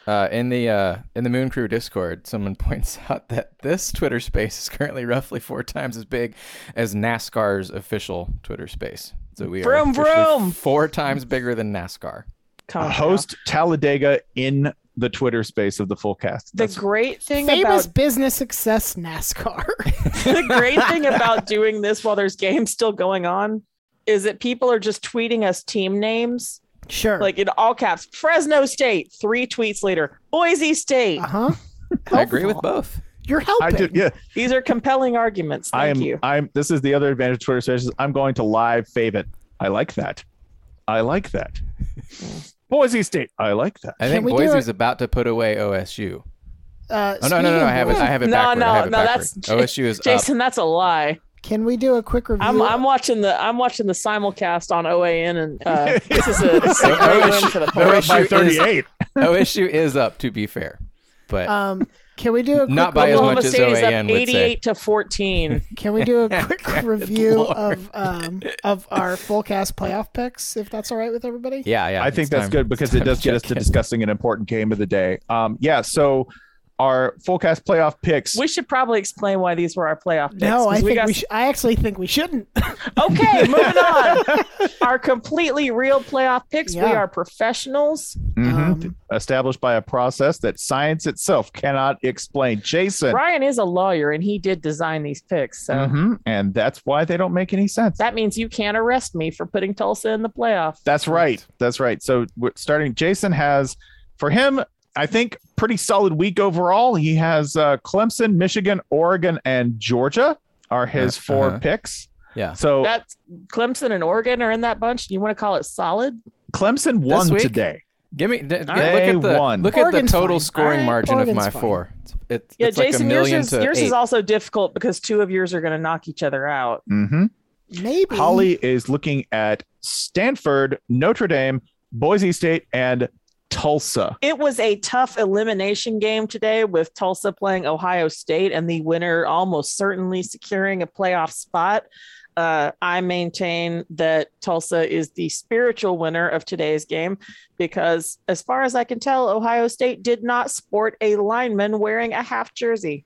Uh, in the uh, in the Moon Crew Discord, someone points out that this Twitter space is currently roughly four times as big as NASCAR's official Twitter space. So we
Vroom,
are officially
vroom.
four times bigger than NASCAR.
Come on, now.
Host Talladega in the Twitter space of the full cast.
The
That's
great thing
Famous
about
business success NASCAR.
the great thing about doing this while there's games still going on is that people are just tweeting us team names
sure.
like in all caps Fresno State three tweets later Boise State
uh huh.
I agree with both.
You're helping.
I do, yeah.
these are compelling arguments thank
I am.
you
I'm. This is the other advantage of Twitter spaces. I'm going to live fave it. I like that. I like that. Boise State. I like that.
I
Can
think
we do
Boise's
it-
about to put away OSU.
Uh,
Oh no,
speaking
no, no, no!
of
I have it.
which,
I have it
No,
backward. I
no,
have it
no,
backward.
that's-
OSU is up.
Jason that's a lie
Can we do a quick review?
I'm, I'm watching the I'm watching the simulcast on OAN and uh, this is a, this is a great win for the
We're
Pirates.
up by
OSU is-
38.
OSU is up. To be fair, but
Uh,
um, can we do a quick
Not by as
review-
much.
Oklahoma
as
State is
OAN
up
would say.
88 to 14
Can we do a quick review of um of our full cast playoff picks if that's all right with everybody?
yeah, yeah.
I think
it's
that's
time-
good because
it's
it
time
does get us
check
to
in.
discussing an important game of the day. Um, yeah. So our full cast playoff picks.
we should probably explain why these were our playoff picks
No,
'cause
I
we
think
got
we sh- I actually think we shouldn't.
Okay, moving on. Our completely real playoff picks. We
Yeah.
are professionals.
Mhm.
Um,
established by a process that science itself cannot explain. Jason.
Ryan is a lawyer and he did design these picks. So
Mm-hmm.
Mhm. And that's why they don't make any sense.
that means you can't arrest me for putting Tulsa in the playoff.
That's right. That's right. So we're starting. Jason has for him, I think, pretty solid week overall. He has uh, Clemson, Michigan, Oregon, and Georgia are his
Uh,
4
uh-huh.
picks.
Yeah.
So
That's Clemson and Oregon are in that bunch. You want to call it solid?
Clemson won
week?
today.
Give me. d- d-
They
look at the
won.
look
Oregon's
at the total
fine.
scoring
Alright,
margin of
Oregon's
my
fine.
four. It's, it's,
Yeah,
it's
Jason,
like a million
yours is
to
yours
eight.
is also difficult because two of yours are going to knock each other out.
hmm
maybe
Holly is looking at Stanford, Notre Dame, Boise State, and Tulsa.
It was a tough elimination game today with Tulsa playing Ohio State and the winner almost certainly securing a playoff spot. Uh, I maintain that Tulsa is the spiritual winner of today's game because, as far as I can tell, Ohio State did not sport a lineman wearing a half jersey.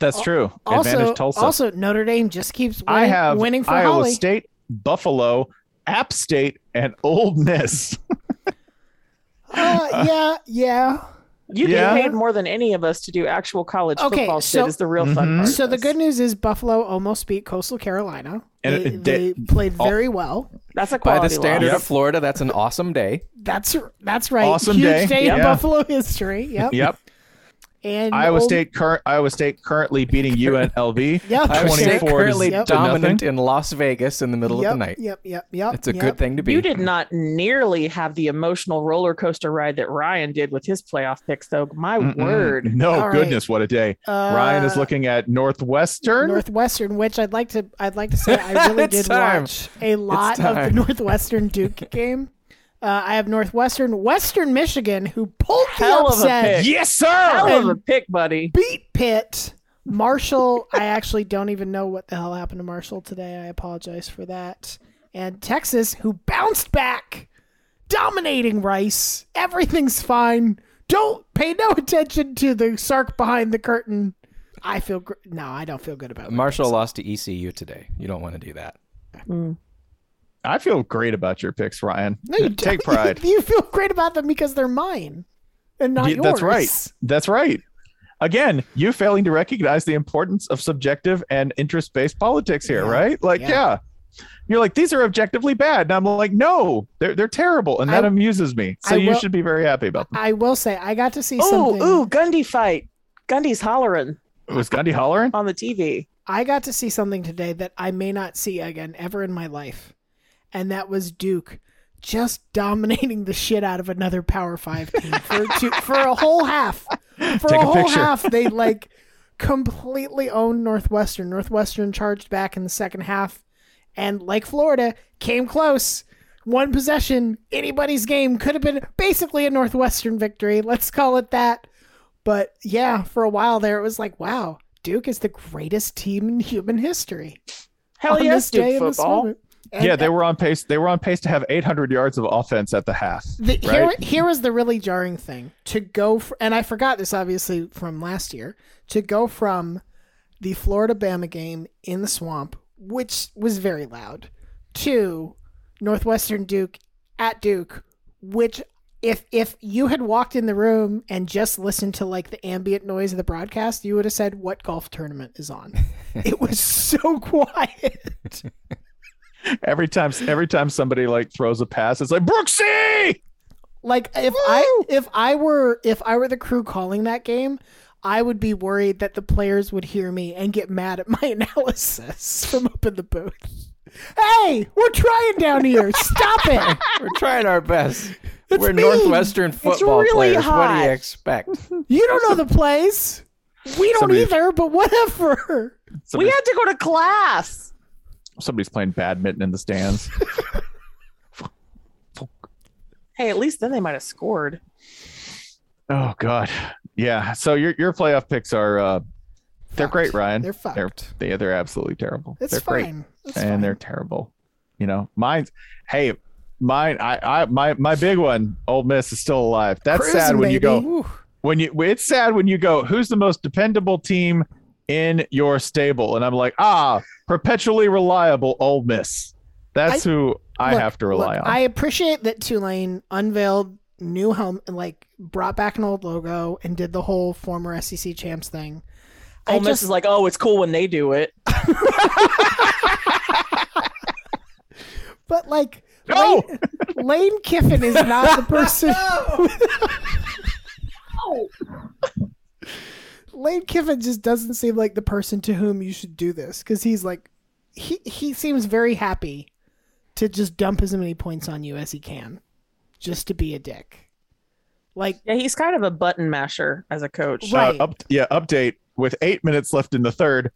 That's true.
also
Advantage Tulsa.
also Notre Dame just keeps winning,
I have
winning for
Iowa
Holly.
State, Buffalo, App State, and Old Miss.
Uh, yeah, yeah.
You
Yeah.
get paid more than any of us to do actual college
Okay,
football
so-
shit is the real fun
Mm-hmm.
Mhm.
part. of
So the
this.
good news is Buffalo almost beat Coastal Carolina.
And
they,
it- they-
they played
all-
very well.
that's a
by
quality
the standard
loss.
of Florida. That's an awesome day.
That's that's right.
Awesome
Huge
day.
day, in
Yeah.
Buffalo history. Yep.
Yep.
And
Iowa
old-
State current Iowa State currently beating UNLV.
Yep.
Iowa State
24 to-
currently
Yep.
to nothing.
dominant in Las Vegas in the middle
Yep,
of the night.
Yep. Yep. Yep.
It's a
yep.
good thing to be.
You did not nearly have the emotional roller coaster ride that Ryan did with his playoff picks, though. My
Mm-mm.
word.
No
All right.
goodness, what a day. Ryan is
Uh,
looking at Northwestern.
Northwestern, which I'd like to I'd like to say I really
It's
did
time.
watch a lot of the
time.
Northwestern Duke game. Uh, I have Northwestern, Western Michigan, who pulled the
Hell of a
upset,
pick.
yes, sir.
Hell of a pick, buddy.
beat Pitt, Marshall. I actually don't even know what the hell happened to Marshall today. I apologize for that. And Texas, who bounced back, dominating Rice. Everything's fine. Don't pay no attention to the Sark behind the curtain. I feel gr- no, I don't feel good about my
Marshall
picks.
lost to ECU today. You don't want to do that.
I feel great about your picks, Ryan.
No, you
Take
don't.
pride.
you feel great about them because they're mine and not
Yeah,
yours.
that's right. That's right. Again, you failing to recognize the importance of subjective and interest-based politics here,
Yeah.
right? Like, yeah.
Yeah.
You're like, these are objectively bad. And I'm like, no, they're they're terrible. And that
I-
amuses me. So
I
you
will-
should be very happy about them.
I will say, I got to see
Oh,
Ooh,
something.
ooh, Gundy fight. Gundy's hollering
Was Gandhi hollering?
on the TV.
I got to see something today that I may not see again ever in my life, and that was Duke just dominating the shit out of another Power Five team for two, for a whole half. For
Take
a
a
whole
picture.
half, they like completely owned Northwestern. Northwestern charged back in the second half, and like Florida, came close. One possession, anybody's game could have been basically a Northwestern victory. Let's call it that. But yeah, for a while there, it was like, wow, Duke is the greatest team in human history.
Hell
on
yes,
this day
Duke
and this
football.
moment. And
yeah, they were on pace. They were on pace to have 800 yards of offense at the half.
The,
right?
Here, here was the really jarring thing to go, fr- and I forgot this obviously from last year. To go from the Florida Bama game in the swamp, which was very loud, to Northwestern Duke at Duke, which if if you had walked in the room and just listened to like the ambient noise of the broadcast, you would have said, "What golf tournament is on?" it was so quiet.
Every time, every time somebody like throws a pass, it's like Brooksy.
Like if I if I were if I were the crew calling that game, I would be worried that the players would hear me and get mad at my analysis from up in the booth. Hey, we're trying down here. Stop it.
We're trying our best. We're
mean.
Northwestern football
really
players. What do
hot.
you expect?
You don't know the plays. We don't
Somebody-
either, but whatever.
We
Somebody,
had to go to class.
somebody's playing badminton in the stands.
Hey, at least then they might have scored.
oh God, yeah. So your your playoff picks are uh, they're
Fucked.
great, Ryan.
They're fucked.
They're they, they're absolutely terrible.
it's
they're great.
fine. It's
and
fine.
they're terrible. You know, mine's hey, mine. I, I, my, my big one. Ole Miss is still alive. That's
Cruising,
sad when you
baby.
go when you. It's sad when you go. Who's the most dependable team in your stable? And I'm like, ah, perpetually reliable Ole Miss. That's who I
Look,
have to rely
look,
on.
I appreciate that Tulane unveiled new home and like brought back an old logo and did the whole former SEC champs thing. I
Ole Miss
just-
is like, oh, it's cool when they do it.
But like,
No!
Lane, Lane Kiffin is not the person. Lane Kiffin just doesn't seem like the person to whom you should do this because he's like, he he seems very happy to just dump as many points on you as he can, just to be a dick. Like,
Yeah, he's kind of a button masher as a coach.
Right.
Uh, up, yeah, update with eight minutes left in the third.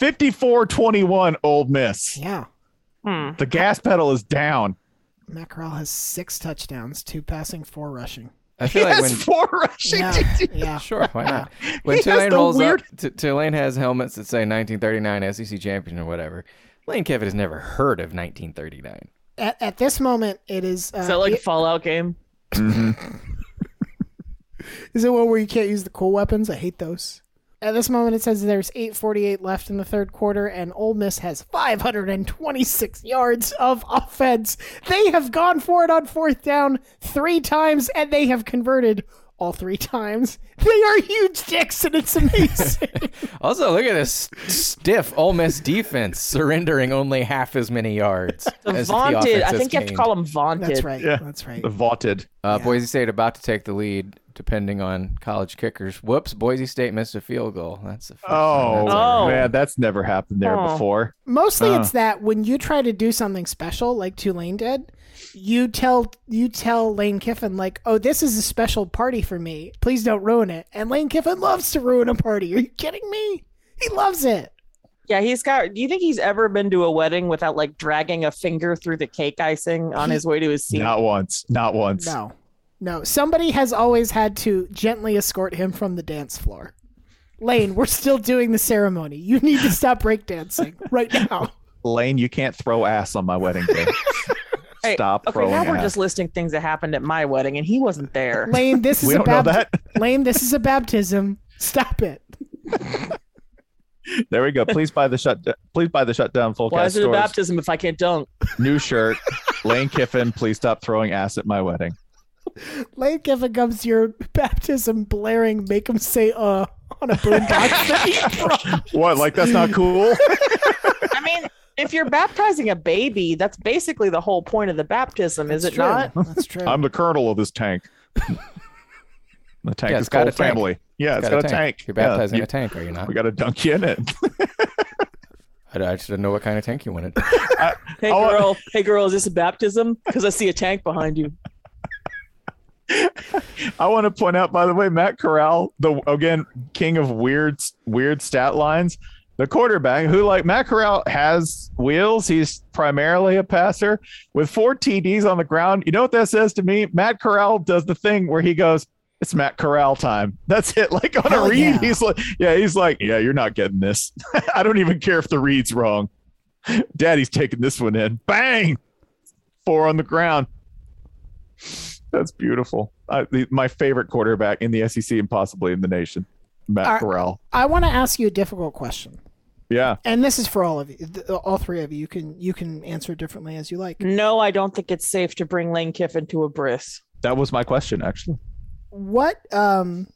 54-21 Ole Miss.
yeah,
Hmm.
The gas pedal is down.
Matt Corral has six touchdowns, two passing, four rushing.
I
He
feel like
has
when
four rushing.
Yeah, yeah.
Sure, why not? When
He has
Tulane
the
rolls
weird-
up, T- Tulane has helmets that say 1939 SEC E champion or whatever. Lane Kiffin has never heard of 1939.
At, at this moment, it is. Uh,
Is that like a
it-
Fallout game?
Is it one where you can't use the cool weapons? I hate those. At this moment, it says there's 8:48 left in the third quarter, and Ole Miss has 526 yards of offense. They have gone for it on fourth down three times, and they have converted all three times. They are huge dicks, and it's amazing.
Also, look at this stiff Ole Miss defense surrendering only half as many yards.
The
as the
vaunted.
offense
I
has
think you have to
gained.
call him vaunted.
that's right.
Yeah.
That's right.
The vaulted.
Uh,
Yeah.
Boise State about to take the lead, depending on college kickers. Whoops! Boise State missed a field goal. That's the first time
Oh,
that's
Oh.
ever happened.
man, that's never happened there
Oh.
before.
Mostly,
Uh.
it's that when you try to do something special, like Tulane did, you tell you tell Lane Kiffin like, "Oh, this is a special party for me. Please don't ruin it." And Lane Kiffin loves to ruin a party. Are you kidding me? He loves it.
Yeah, he's got. Do you think he's ever been to a wedding without like dragging a finger through the cake icing on his way to his seat?
Not once. Not once.
No, no. Somebody has always had to gently escort him from the dance floor. Lane, we're still doing the ceremony. You need to stop breakdancing right now.
Lane, you can't throw ass on my wedding day.
Hey,
Stop
Okay,
throwing
now
ass.
we're just listing things that happened at my wedding, and he wasn't there.
Lane, this is
we
a
don't know
bapt-
that.
Lane, this is a baptism. Stop it.
There we go. Please buy the shut. Please buy the shutdown full
Why
cast
is it a
stores.
baptism if I can't dunk?
New shirt. Lane Kiffin, please stop throwing ass at my wedding.
Lane Kiffin comes to your baptism blaring, make him say uh on a boombox. that he brought.
What? Like that's not cool?
I mean, if you're baptizing a baby, that's basically the whole point of the baptism, is it
That's true.
not?
That's true.
I'm the colonel of this tank. The tank
Yeah,
is
it's got
called
a tank.
family. Yeah, it's got, a tank.
You're
Yeah,
baptizing
you-
a tank, are you not?
We got to dunk you in it.
I, I just didn't know what kind of tank you wanted.
Oh, I
Hey
wa-
girl, hey girl, is this a baptism? Because I see a tank behind you.
I want to point out, by the way, Matt Corral, the again king of weird, weird stat lines. The quarterback, who like Matt Corral has wheels, he's primarily a passer with four TDs on the ground. You know what that says to me? Matt Corral does the thing where he goes, "It's Matt Corral time." That's it. Like on
Hell
a read,
yeah.
he's like, "Yeah, he's like, yeah, you're not getting this. I don't even care if the read's wrong. Daddy's taking this one in. Bang! Four on the ground. That's beautiful. I, the, my favorite quarterback in the SEC and possibly in the nation, Matt
Are-
Corral.
I want to ask you a difficult question,
Yeah.
and this is for all of you, th- all three of you. You can you can answer differently as you like.
No, I don't think it's safe to bring Lane Kiffin to a bris.
That was my question, actually.
What um,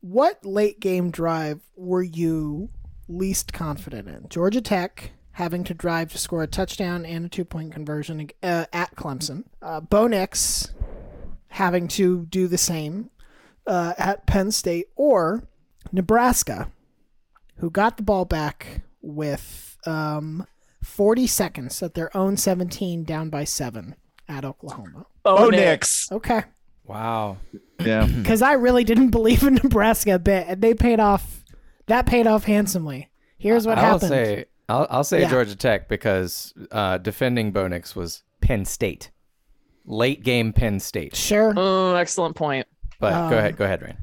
what late game drive were you least confident in? Georgia Tech having to drive to score a touchdown and a two point conversion uh, at Clemson. Uh, Bo Nix having to do the same uh, at Penn State or Nebraska, who got the ball back with um, 40 seconds at their own 17, down by seven at Oklahoma.
Oh,
Nick.
Nix.
Okay.
wow.
Yeah.
Because I really didn't believe in Nebraska a bit, and they paid off. That paid off handsomely. Here's what
I'll
happened.
say I'll, I'll say
Yeah.
Georgia Tech because uh, defending Bonix was Penn State, late game Penn State.
Sure.
Oh, excellent point.
But
Um,
go ahead, go ahead, Ryan.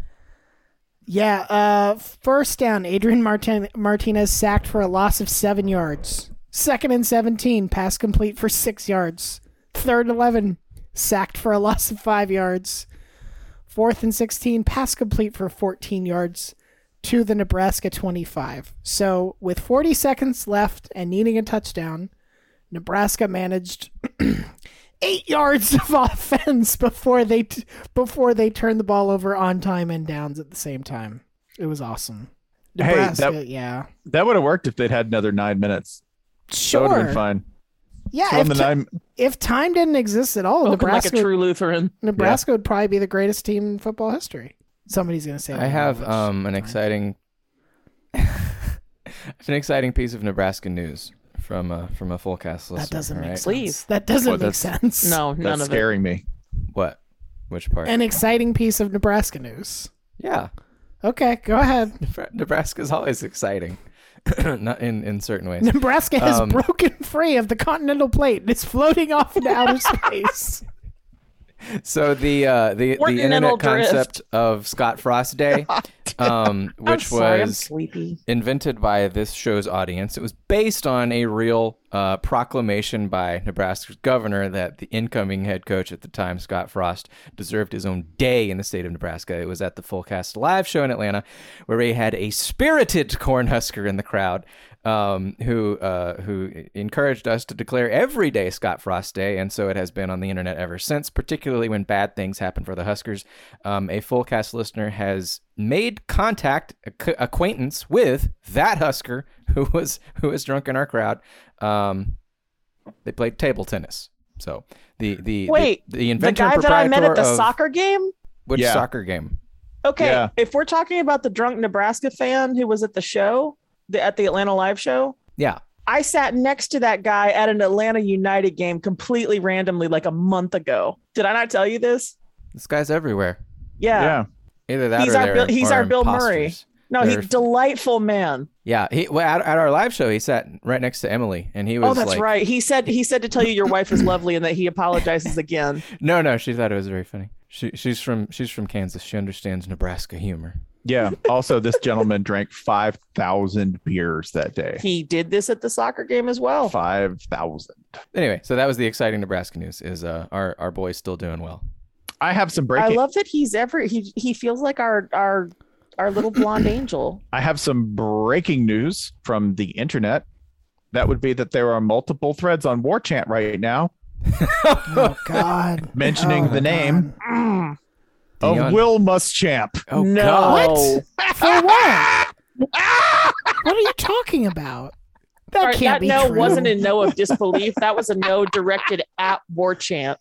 Yeah. Uh, first down. Adrian Martin- Martinez sacked for a loss of seven yards. Second and seventeen. Pass complete for six yards. Third and eleven. Sacked for a loss of five yards. Fourth and sixteen. Pass complete for fourteen yards. To the Nebraska 25. So, with 40 seconds left and needing a touchdown, Nebraska managed eight yards of offense before they t- before they turned the ball over on time and downs at the same time. It was awesome.
Hey, that-
Nebraska, yeah,
That would have worked if they'd had another nine minutes. That would have
sure,
been fine.
yeah.
Throw in
If,
the
ti-
nine.
if time didn't exist at all,
Spoken
Nebraska,
like a true Lutheran.
Nebraska would probably be the greatest team in football history. Somebody's gonna say
I
that,
have
which-
um, an exciting, it's an exciting piece of Nebraska news from uh, from a full cast listener.
that doesn't make
alright?
sense.
Please.
That doesn't
Well,
make sense.
No, Oh, none
That's
of it.
scaring me.
What? Which part?
an exciting piece of Nebraska news.
yeah,
Okay, go ahead.
Nebra- Nebraska's always exciting, not in in certain ways.
Nebraska has
Um,
broken free of the continental plate and it's floating off into outer space.
So the uh, the the
Continental
internet
drift.
concept of Scott Frost Day, um,
I'm
which
sorry, I'm
was
sleepy.
invented by this show's audience. It was based on a real uh, proclamation by Nebraska's governor that the incoming head coach at the time, Scott Frost, deserved his own day in the state of Nebraska. It was at the Full Cast Live show in Atlanta, where we had a spirited Cornhusker in the crowd. Um, who uh, who encouraged us to declare every day Scott Frost Day, and so it has been on the internet ever since. Particularly when bad things happen for the Huskers, um, a full cast listener has made contact ac- acquaintance with that Husker who was who was drunk in our crowd. Um, they played table tennis. So the the
Wait,
the,
The
inventor
guy
and
that I met at
proprietor
the
of-
soccer game?
which
Yeah.
soccer game?
Okay,
Yeah.
if we're talking about the drunk Nebraska fan who was at the show, the, at the Atlanta live show,
Yeah,
I sat next to that guy at an Atlanta United game completely randomly like a month ago. Did I not tell you this?
this guy's everywhere.
Yeah.
yeah.
Either that
He's
or
our
they're
Bill- he's
or
our Bill Murray.
imposters.
No, he's
There's-
delightful man.
Yeah, he, well, at, at our live show, he sat right next to Emily, and he was
Oh, that's
like,
right. He said he said to tell you your wife is lovely and that he apologizes again.
"No, no." She thought it was very funny. She, she's from she's from Kansas. She understands Nebraska humor.
Yeah. Also, this gentleman drank 5,000 beers that day.
He did this at the soccer game as well.
5,000.
Anyway, so that was the exciting Nebraska news. Is uh, our our boy's still doing well?
I have some
I
breaking.
love that he's ever he he feels like our our our little blonde angel.
I have some breaking news from the internet. That would be that there are multiple threads on War Chant right now
Oh God!
Mentioning
Oh,
the name.
Mm.
of
Dion.
Will Muschamp.
Oh
no.
God!
God. God. For what? What are you talking about? That
Sorry,
can't
that
be
no
true.
wasn't a no of disbelief. That was a no directed at Warchant.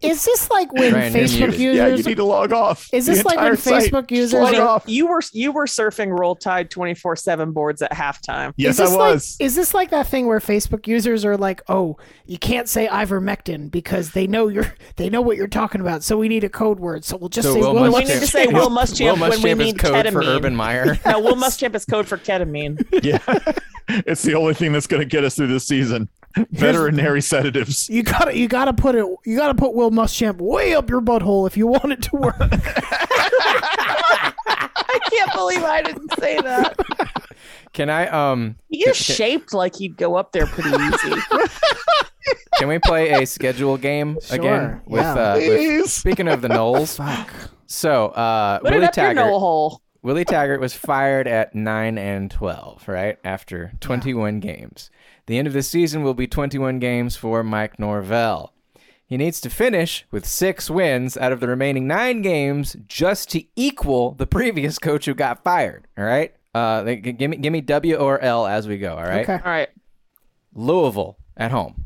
Is this like when
Ryan, you're
Facebook
muted. Yeah,
users?
yeah, you need to log off.
is
The
this like when
entire site.
Facebook users?
Log
are-
off.
You were you were surfing Roll Tide twenty four seven boards at halftime.
Yes, I
is this like-
was.
is this like that thing where Facebook users are like, "Oh, you can't say ivermectin because they know you're they know what you're talking about, so we need a code word, so we'll just
So
say
Will
Will
Muschamp-
We need to say
Muschamp."
Will Muschamp
Will
when we
Muschamp is
need
code for
ketamine.
Urban Meyer.
No, Will Muschamp is code for ketamine.
yeah, it's the only thing that's going to get us through this season. Veterinary sedatives.
You gotta you gotta put it you gotta put Will Muschamp way up your butthole if you want it to work.
I can't believe I didn't say that.
Can I um
He is shaped like he'd go up there pretty easy.
can we play a schedule game again
Sure,
with
yeah.
uh with,
Please.
speaking of the Knowles?
Fuck.
So uh
Put it
Willie
up your
Taggart
knoll hole.
Willie Taggart was fired at 9 and 12, right? After 21 games. The end of the season will be 21 games for Mike Norvell. He needs to finish with six wins out of the remaining nine games just to equal the previous coach who got fired. All right. Uh, they- g- give me give me W or L as we go. All right.
Okay.
All right.
Louisville at home.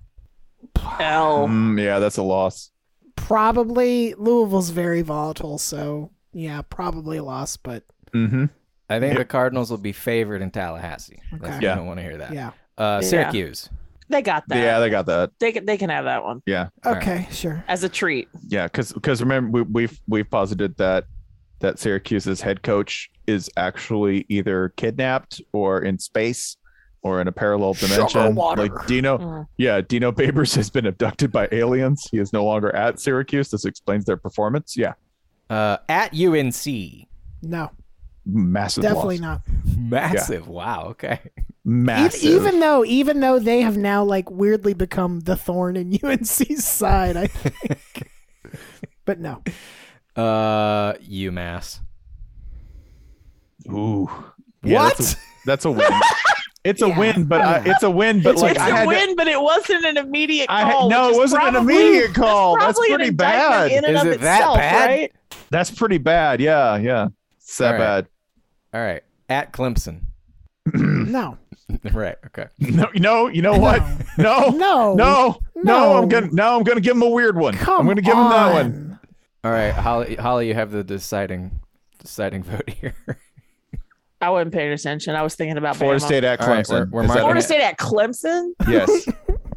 L.
Um,
Mm, yeah, that's a loss.
Probably Louisville's very volatile, so yeah, probably lost, but
Mm-hmm.
I think the Cardinals will be favored in Tallahassee. Like,
Okay.
You
Yeah.
don't want to hear that.
yeah.
Uh,
Yeah.
Syracuse.
They got that.
Yeah, they got that.
They can they can have that one
Yeah,
All
Okay, sure.
as a treat.
yeah, because remember we, we've we've posited that that Syracuse's head coach is actually either kidnapped or in space or in a parallel dimension.
water.
Like
Oh.
Dino,
Mm.
yeah, Dino Babers has been abducted by aliens. He is no longer at Syracuse. This explains their performance. Yeah,
Uh, at UNC.
No,
massive,
definitely
loss.
not.
Massive. Wow. Okay.
massive.
E- Even though, even though they have now like weirdly become the thorn in UNC's side, I think. but no,
Uh, UMass.
Ooh. Yeah, That's a, that's a win. It's a
Yeah.
win, but I, it's a win, but like
it's
I
a
had
win, but it wasn't an immediate
I had-
call.
no,
which
it
is
wasn't an
probably-
immediate call. That's,
probably an
pretty
indictment
bad.
In and
Is
of
it that
itself,
bad?
right?
That's pretty bad. Yeah, yeah. It's that
All right.
bad.
All right. At Clemson.
no,
right. Okay.
No, no. You know what? No,
no,
no, no. I'm
No.
gonna no. I'm gonna give him a weird one.
Come
I'm gonna give him that one.
on.
All right. Holly, Holly, you have the deciding deciding vote here.
I wasn't paying attention. I was thinking about
Florida
Bama.
State at
All right,
Clemson.
we're- we're
Is that
marking
Florida
it.
State at Clemson?
a- yes.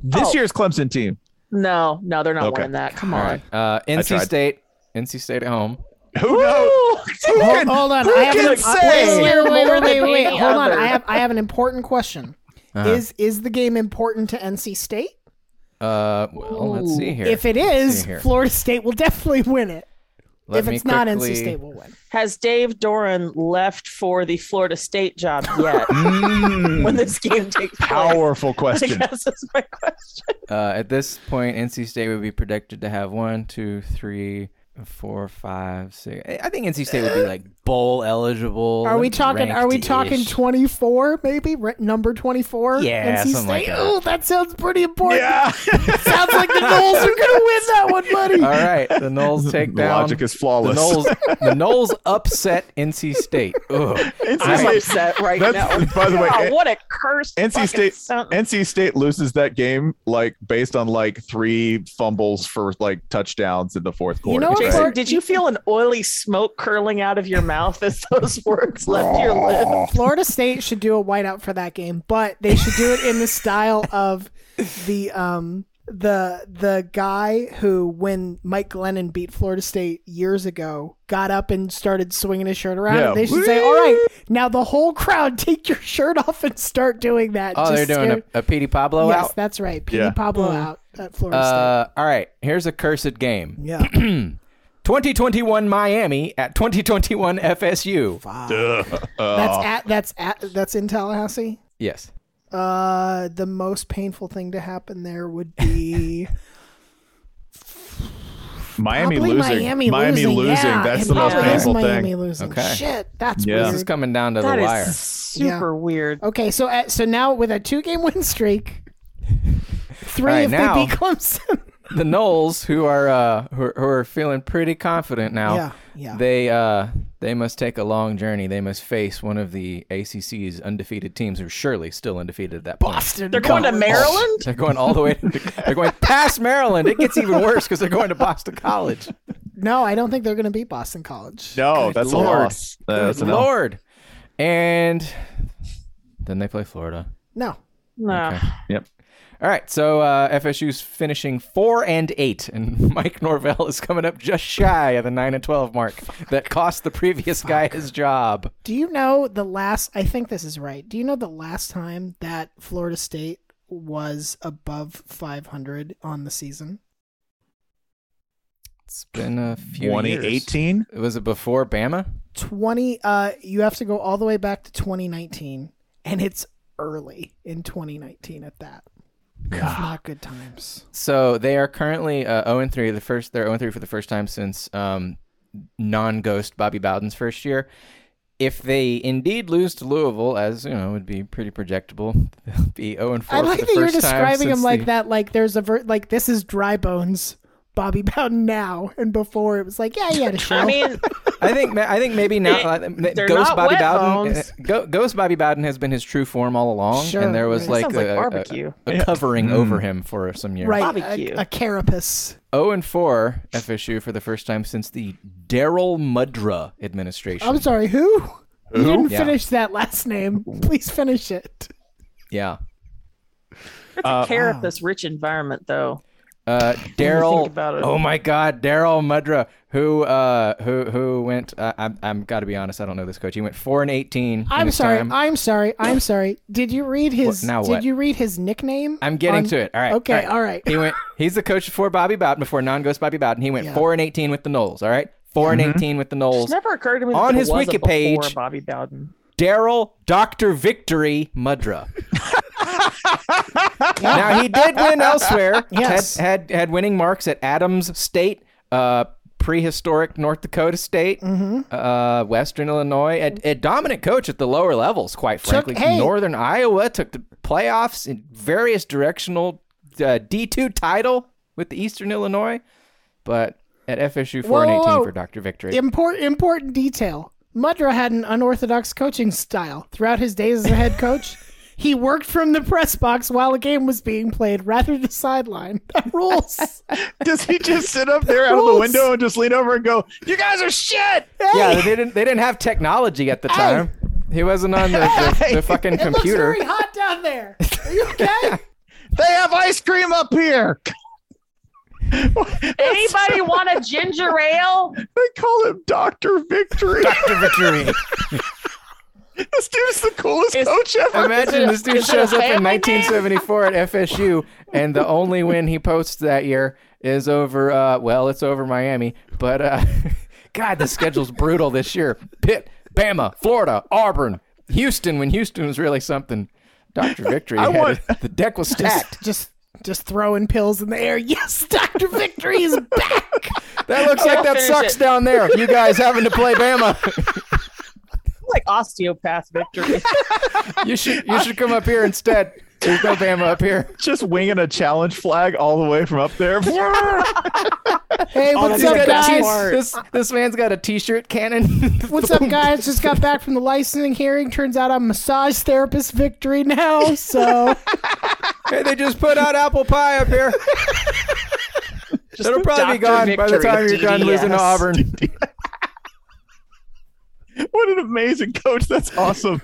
This
Oh.
year's Clemson team.
No, no, they're not
Okay.
winning that. Come
All
on.
right. Uh, NC
tried.
State. NC State at home.
Who knows? Who
Hold,
can-
hold on,
who
I have
can
an,
say?
wait, wait, wait, wait, wait,
More
wait,
than
Hold on,
any
I have
other.
I have an important question.
Uh-huh.
Is is the game important to NC State?
Uh, well, let's see here.
if it
see
is,
here.
Florida State will definitely win it.
Let
if
me
it's not,
quickly-
NC State will win.
Has Dave Doran left for the Florida State job yet?
Hmm.
oh.
when this game takes place?
Powerful
I
question.
guess that's my question.
Uh, at this point, NC State would be predicted to have one, two, three, four, five, six. I I think NC State would be like bowl eligible.
Are we talking? Are we talking
ranked-ish.
twenty four? Maybe Re- number twenty four.
Yeah,
NC
something like
State.
that.
Oh, that sounds pretty important.
Yeah.
Sounds like the Knowles are gonna win that one, buddy.
All right. The Knowles take
The
down.
logic is
the
flawless.
Knowles, the Knowles upset NC State. Ugh.
NC
I'm
State-
upset right now.
that's- by the way,
God, what a curse!
NC State- NC State loses that game like based on like three fumbles for like touchdowns in the fourth
You
quarter.
know what,
right?
Florida-
Jason, did you feel an oily smoke curling out of your mouth as those words left your lips?
Florida State should do a whiteout for that game, but they should do it in the style of the um the the guy who when Mike Glennon beat Florida State years ago got up and started swinging his shirt around.
Yeah.
They should say, "All right, now the whole crowd take your shirt off and start doing that."
Oh, they're
Just
doing
scare-
a, a Petey Pablo
Yes,
out. Hmm.
that's right. P.
Yeah.
Pablo out at Florida
Uh, all right, here's a cursed game.
State. Yeah.
2021 Miami at 2021 FSU.
Oh.
That's at that's at that's in Tallahassee.
Yes.
Uh, the most painful thing to happen there would be
Miami
probably
losing.
Miami, losing. Yeah,
That's
it
the most
probably is
painful
Miami
thing.
Losing.
Okay.
Shit, that's
Yeah.
This is
weird.
coming down to the
That is
wire.
super weird.
Okay, so uh, so now with a two game win streak, three
All right,
if
now-
they beat Clemson.
the Knowles, who are uh, who, are- who are feeling pretty confident now,
Yeah, yeah.
they uh, they must take a long journey. They must face one of the ACC's undefeated teams, who are surely still undefeated at that point.
Boston.
They're going to
College.
Maryland?
They're going all the way. they're going past Maryland. It gets even worse because they're going to Boston College.
No, I don't think they're going to beat Boston College.
No, that's
Lord.
a loss. That's
Good
an L.
Lord. And then they play Florida.
No.
No.
Okay.
Yep.
All right, so uh, FSU's finishing four and eight, and Mike Norvell is coming up just shy of the nine and twelve mark that cost the previous guy his job.
Do you know the last? I think this is right. Do you know the last time that Florida State was above 500 on the season?
It's been a few years.
2018.
Was it before Bama?
20. Uh, you have to go all the way back to 2019, and it's early in 2019 at that. It's Not good times.
So they are currently uh, zero and three. The first they're zero and three for the first time since um, non-ghost Bobby Bowden's first year. If they indeed lose to Louisville, as you know, would be pretty projectable, they'll be zero and four.
I
for
like
the
that you're
first time
describing
since
him like
the-
that. Like there's a ver- like this is dry bones. Bobby Bowden now and before it was like yeah he had a show.
I mean,
I think ma- I think maybe now
It-
uh, ma-
they're
Ghost
not
Bobby
wet
Bowden eh,
bones.
Go- Ghost Bobby Bowden has been his true form all along,
Sure,
and there was
right.
like, uh,
sounds like
a, a-
barbecue.
a
Yeah.
covering
Mm.
over him for some years.
right
Barbecue.
a, a carapace.
zero and four FSU for the first time since the Daryl Mudra administration.
I'm sorry, who? You didn't
Yeah.
finish that last name. Please finish it.
yeah,
it's a carapace rich environment, though.
uh, Daryl.
about it.
Oh my God, Daryl Mudra, who uh, who who went? Uh, I'm I'm got to be honest, I don't know this coach. He went four and eighteen. in
I'm
his
sorry.
time.
I'm sorry. I'm sorry. Did you read his?
What- now
did
what?
you read his nickname?
I'm getting
on-
to it. All right.
Okay. All right.
He went. He's the coach before Bobby Bowden, before non-ghost Bobby Bowden. He went
Yeah. Mm-hmm.
four and eighteen with the Knowles. All right, four and eighteen with the Knowles.
It's never occurred to me that
On
there
his
was a
wiki page-
before Bobby Bowden.
Daryl Doctor Victory Mudra. now he did win elsewhere.
Yes.
Had, had had winning marks at Adams State, uh, prehistoric North Dakota State,
Mm-hmm.
uh, Western Illinois. A, a dominant coach at the lower levels, quite
Took-
frankly.
hey.
Northern Iowa took the playoffs in various directional uh, D two title with the Eastern Illinois, but at FSU four and
Whoa,
eighteen
whoa, whoa.
for Doctor Victory.
Important important detail. Mudra had an unorthodox coaching style throughout his days as a head coach. He worked from the press box while a game was being played rather than the sideline. The rules.
Does he just sit up there out of the
Rules.
window and just lean over and go, "You guys are shit"?
Yeah, they didn't. They didn't have technology at the time. He wasn't on the, the, the fucking
it looks
computer.
very hot down there. Are you okay?
They have ice cream up here.
Anybody want a ginger ale?
They call him Doctor Victory.
Victory.
this dude's the coolest
It's-
coach ever.
Imagine this dude
Is it a
shows up in
family name?
1974 at FSU, and the only win he posts that year is over. Uh, well, it's over Miami, but uh, God, the schedule's brutal this year. Pitt, Bama, Florida, Auburn, Houston. When Houston was really something. Doctor Victory.
I
had
want-
it. the deck was stacked.
just just throwing pills in the air. Yes, Doctor Victory is back.
That looks like that
finish
sucks
it.
down there. You guys having to play Bama.
Like osteopath victory.
You should you should come up here instead. There's no Bama up here.
Just winging a challenge flag all the way from up there.
Hey, what's
He's
up,
got a t-
guys?
this this man's got a t-shirt cannon.
What's up, guys? Just got back from the licensing hearing. Turns out I'm massage therapist Victory now. So
Hey, they just put out apple pie up here. It'll probably
Dr.
be gone by the
Victory,
time you're done losing to
DDS.
Auburn.
what an amazing coach! That's awesome.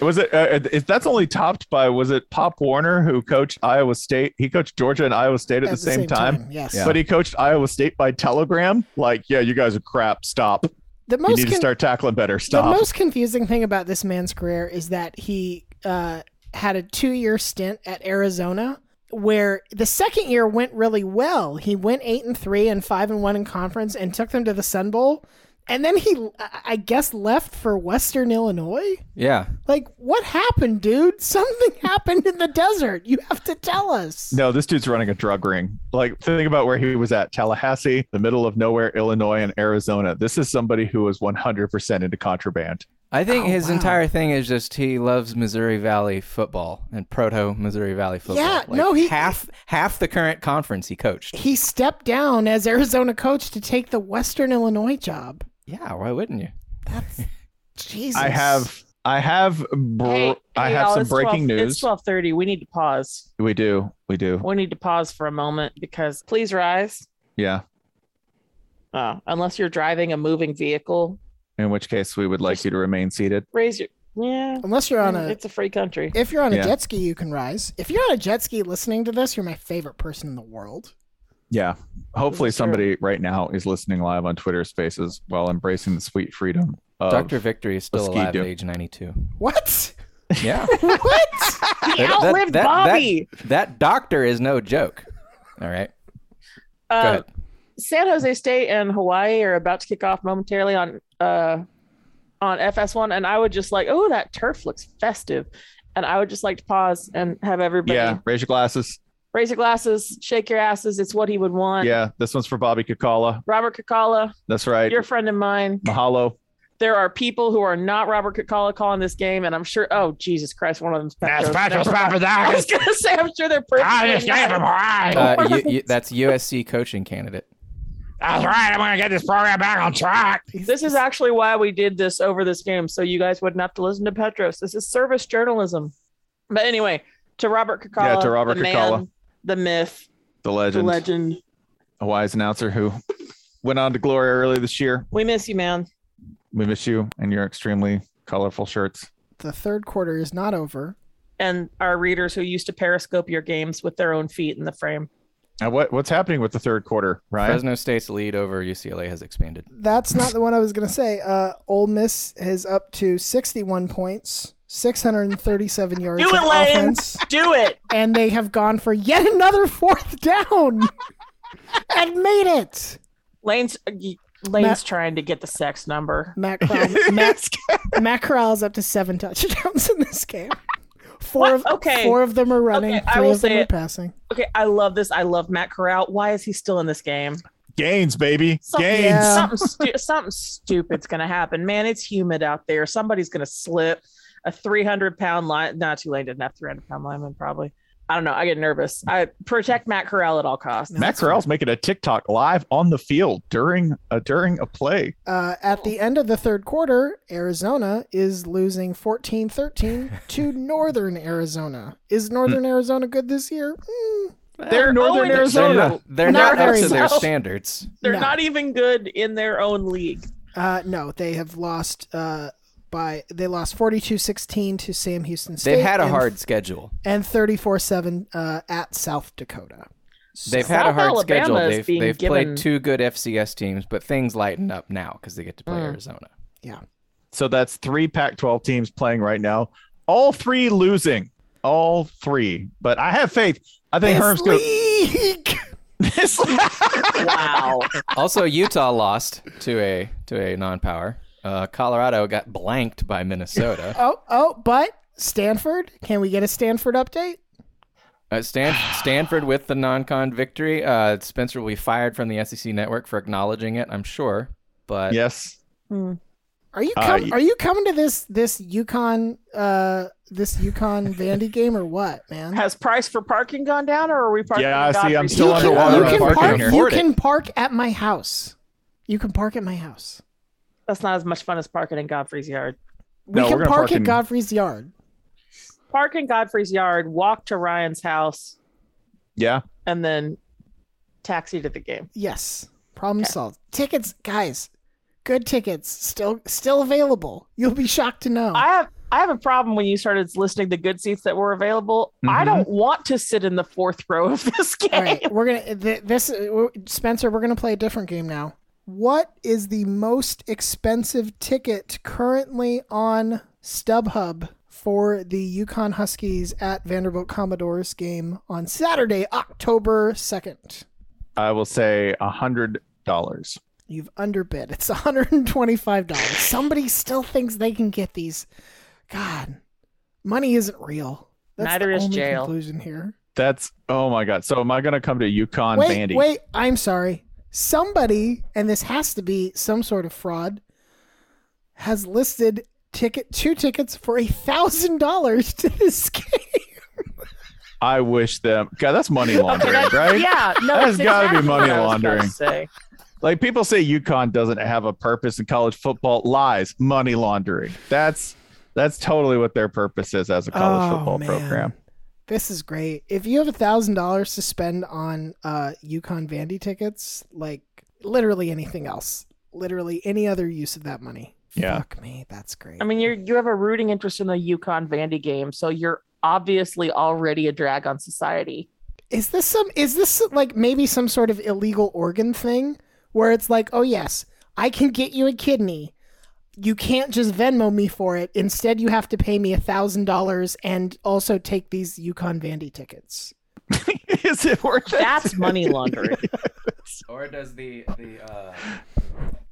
was it? Uh, if that's only topped by was it Pop Warner who coached Iowa State? He coached Georgia and Iowa State at, the, same, time.
yes.
Yeah.
But he coached Iowa State by telegram. Like, yeah, you guys are crap. Stop.
The
You
most
need to
con-
start tackling better. Stop.
The most confusing thing about this man's career is that he uh, had a two year stint at Arizona where the second year went really well. He went eight and three and five and one in conference and took them to the Sun Bowl. And then he, I- I guess, left for Western Illinois.
Yeah.
Like, what happened, dude? Something happened in the desert. You have to tell us.
No, this dude's running a drug ring. Like, think about where he was at Tallahassee, the middle of nowhere, Illinois, and Arizona. This is somebody who was 100% into contraband.
I think
Oh,
his
wow.
entire thing is just he loves Missouri Valley football and proto Missouri Valley football.
Yeah,
Like,
no, he-
half half the current conference he coached.
He stepped down as Arizona coach to take the Western Illinois job.
Yeah, why wouldn't you?
That's Jesus.
I have I have br-
Hey,
I
hey,
have
y'all,
some
it's
breaking
12
news.
It's twelve thirty. We need to pause.
We do. We do.
We need to pause for a moment because please rise.
Yeah.
Oh, unless you're driving a moving vehicle,
In which case we would like you to remain seated.
raise your. Yeah,
Unless you're on a
it's a free country.
if you're on a
Yeah.
jet ski, you can rise. If you're on a jet ski listening to this, you're my favorite person in the world.
Yeah. Hopefully
This is true.
somebody right now is listening live on Twitter Spaces while embracing the sweet freedom of
Doctor Victory is still
Mesquite
alive at
do.
age ninety two.
What?
Yeah,
what?
He outlived Bobby.
That, that doctor is no joke. All right, go
Uh,
ahead.
San Jose State and Hawaii are about to kick off momentarily on uh on FS1, and I would just like, oh, that turf looks festive, and I would just like to pause and have everybody
Yeah, raise your glasses.
raise your glasses, shake your asses. It's what he would want.
Yeah, this one's for Bobby Kakala.
Robert Kakala,
That's right.
your friend and mine.
Mahalo.
There are people who are not Robert Kakala calling this game, and I'm sure. Oh Jesus Christ, one of them's Petros. Never mind. I was gonna say, I'm sure they're perfectly nice.
Uh, you, you, that's USC coaching candidate.
That's right. I'm going to get this program back on track.
This is actually why we did this over this game, so you guys wouldn't have to listen to Petros. This is service journalism. But anyway, to Robert Kakala,
Yeah, to Robert
the
Kekala.
man, the myth,
The legend,
the legend.
a wise announcer who went on to glory early this year.
We miss you, man.
We miss you and your extremely colorful shirts.
The third quarter is not over.
And our readers who used to periscope your games with their own feet in the frame.
Now, what what's happening with the third quarter, Ryan?
Fresno State's lead over UCLA has expanded.
That's not the one I was gonna say. Uh, Ole Miss is up to 61 points, 637 yards
Do
of
it, Lane.
offense,
Do it.
and they have gone for yet another fourth down and made it.
Lane's uh, Lane's
Matt-
trying to get the sex number.
Matt Corral, Matt, Matt Corral is up to seven touchdowns in this game. Four
What?
of
Okay.
four of them are running,
Okay, I
three
will
of them
say
are
it.
passing.
Okay, I love this. I love Matt Corral. Why is he still in this game?
Gains, baby.
Something,
Gains.
Yeah.
something, stu- something stupid's gonna happen, man. It's humid out there. Somebody's gonna slip a 300 pound line. Not Tulane didn't have 300 pound lineman, probably. I don't know. I get nervous. I protect Matt Corral at all costs.
No.
Matt Corral's making a TikTok live on the field during a during a play.
Uh, at the end of the third quarter, Arizona is losing 14-13 to Northern Arizona. Is Northern
Hmm.
Arizona good this year? Mm,
They're Northern
oh, and-
They're
Arizona.
not, they're
Not
not up
very
to their
well.
standards.
They're
No.
not even good in their own league.
Uh, no, they have lost uh, by they lost 42-16 to Sam Houston State.
They've had a
and-
hard schedule.
and 34-7 uh, at South Dakota.
They've
South
had a hard schedule.
Alabama is
They've,
being
they've
given-
played two good FCS teams, but things lighten up now because they get to play
Mm.
Arizona.
So that's three Pac-12 teams playing right now. All three losing. All three. But I have faith. I think Herm's good.
league.
Wow.
Also, Utah lost to a to a non-power. Uh, Colorado got blanked by Minnesota.
Oh, oh, but Stanford. Can we get a Stanford update?
Uh, Stan- Stanford with the non-con victory. Uh, Spencer will be fired from the SEC network for acknowledging it. I'm sure, but
yes.
Hmm. Are you
Uh,
com-
y-
are you coming to this this Yukon uh this Yukon Vandy game or what, man?
Has price for parking gone down, or are we parking?
Yeah, I
in
see, I'm
Godfrey's
still
you
yard?
can,
underwater
you
on
can
parking
park
here.
you
Afford it.
can park at my house. You can park at my house.
That's not as much fun as parking in Godfrey's yard.
We
No, we're
can
gonna
park,
park
at
in-
Godfrey's yard.
Park in Godfrey's yard. Walk to Ryan's house,
Yeah.
and then taxi to the game.
Yes. Problem solved. Tickets, guys. Good tickets still still available. You'll be shocked to
Oh.
know.
I have I have a problem when you started listing the good seats that were available. I
Mhm.
don't want to sit in the fourth row of this game.
All right, we're gonna th- this we're- Spencer. We're gonna play a different game now. What is the most expensive ticket currently on StubHub for the Yukon Huskies at Vanderbilt Commodores game on Saturday, October second?
I will say a hundred dollars.
You've underbid. It's one hundred and twenty-five dollars. Somebody still thinks they can get these. God, money isn't real. That's
Neither
the
is
only
jail.
Conclusion here.
That's oh my god. So am I gonna come to Yukon
wait,
Vandy?
Wait, I'm sorry. Somebody, and this has to be some sort of fraud, has listed ticket two tickets for a thousand dollars to this game.
I wish them. God, that's money laundering,
that-
right?
Yeah, no,
That's
that's
gotta be
exactly
money
what I was about to
laundering.
say.
Like people say, UConn doesn't have a purpose in college football. Lies, money laundering. That's that's totally what their purpose is as a college
Oh,
football
man.
program.
This is great. If you have a thousand dollars to spend on uh Yukon Vandy tickets, like literally anything else. Literally any other use of that money.
Yeah.
Fuck me. That's great.
I mean, you're you have a rooting interest in the Yukon Vandy game, so you're obviously already a drag on society.
is this some is this like maybe some sort of illegal organ thing where it's like oh yes i can get you a kidney you can't just venmo me for it instead you have to pay me a thousand dollars and also take these yukon vandy tickets
is it worth it?
That's money laundering.
Or does the the uh,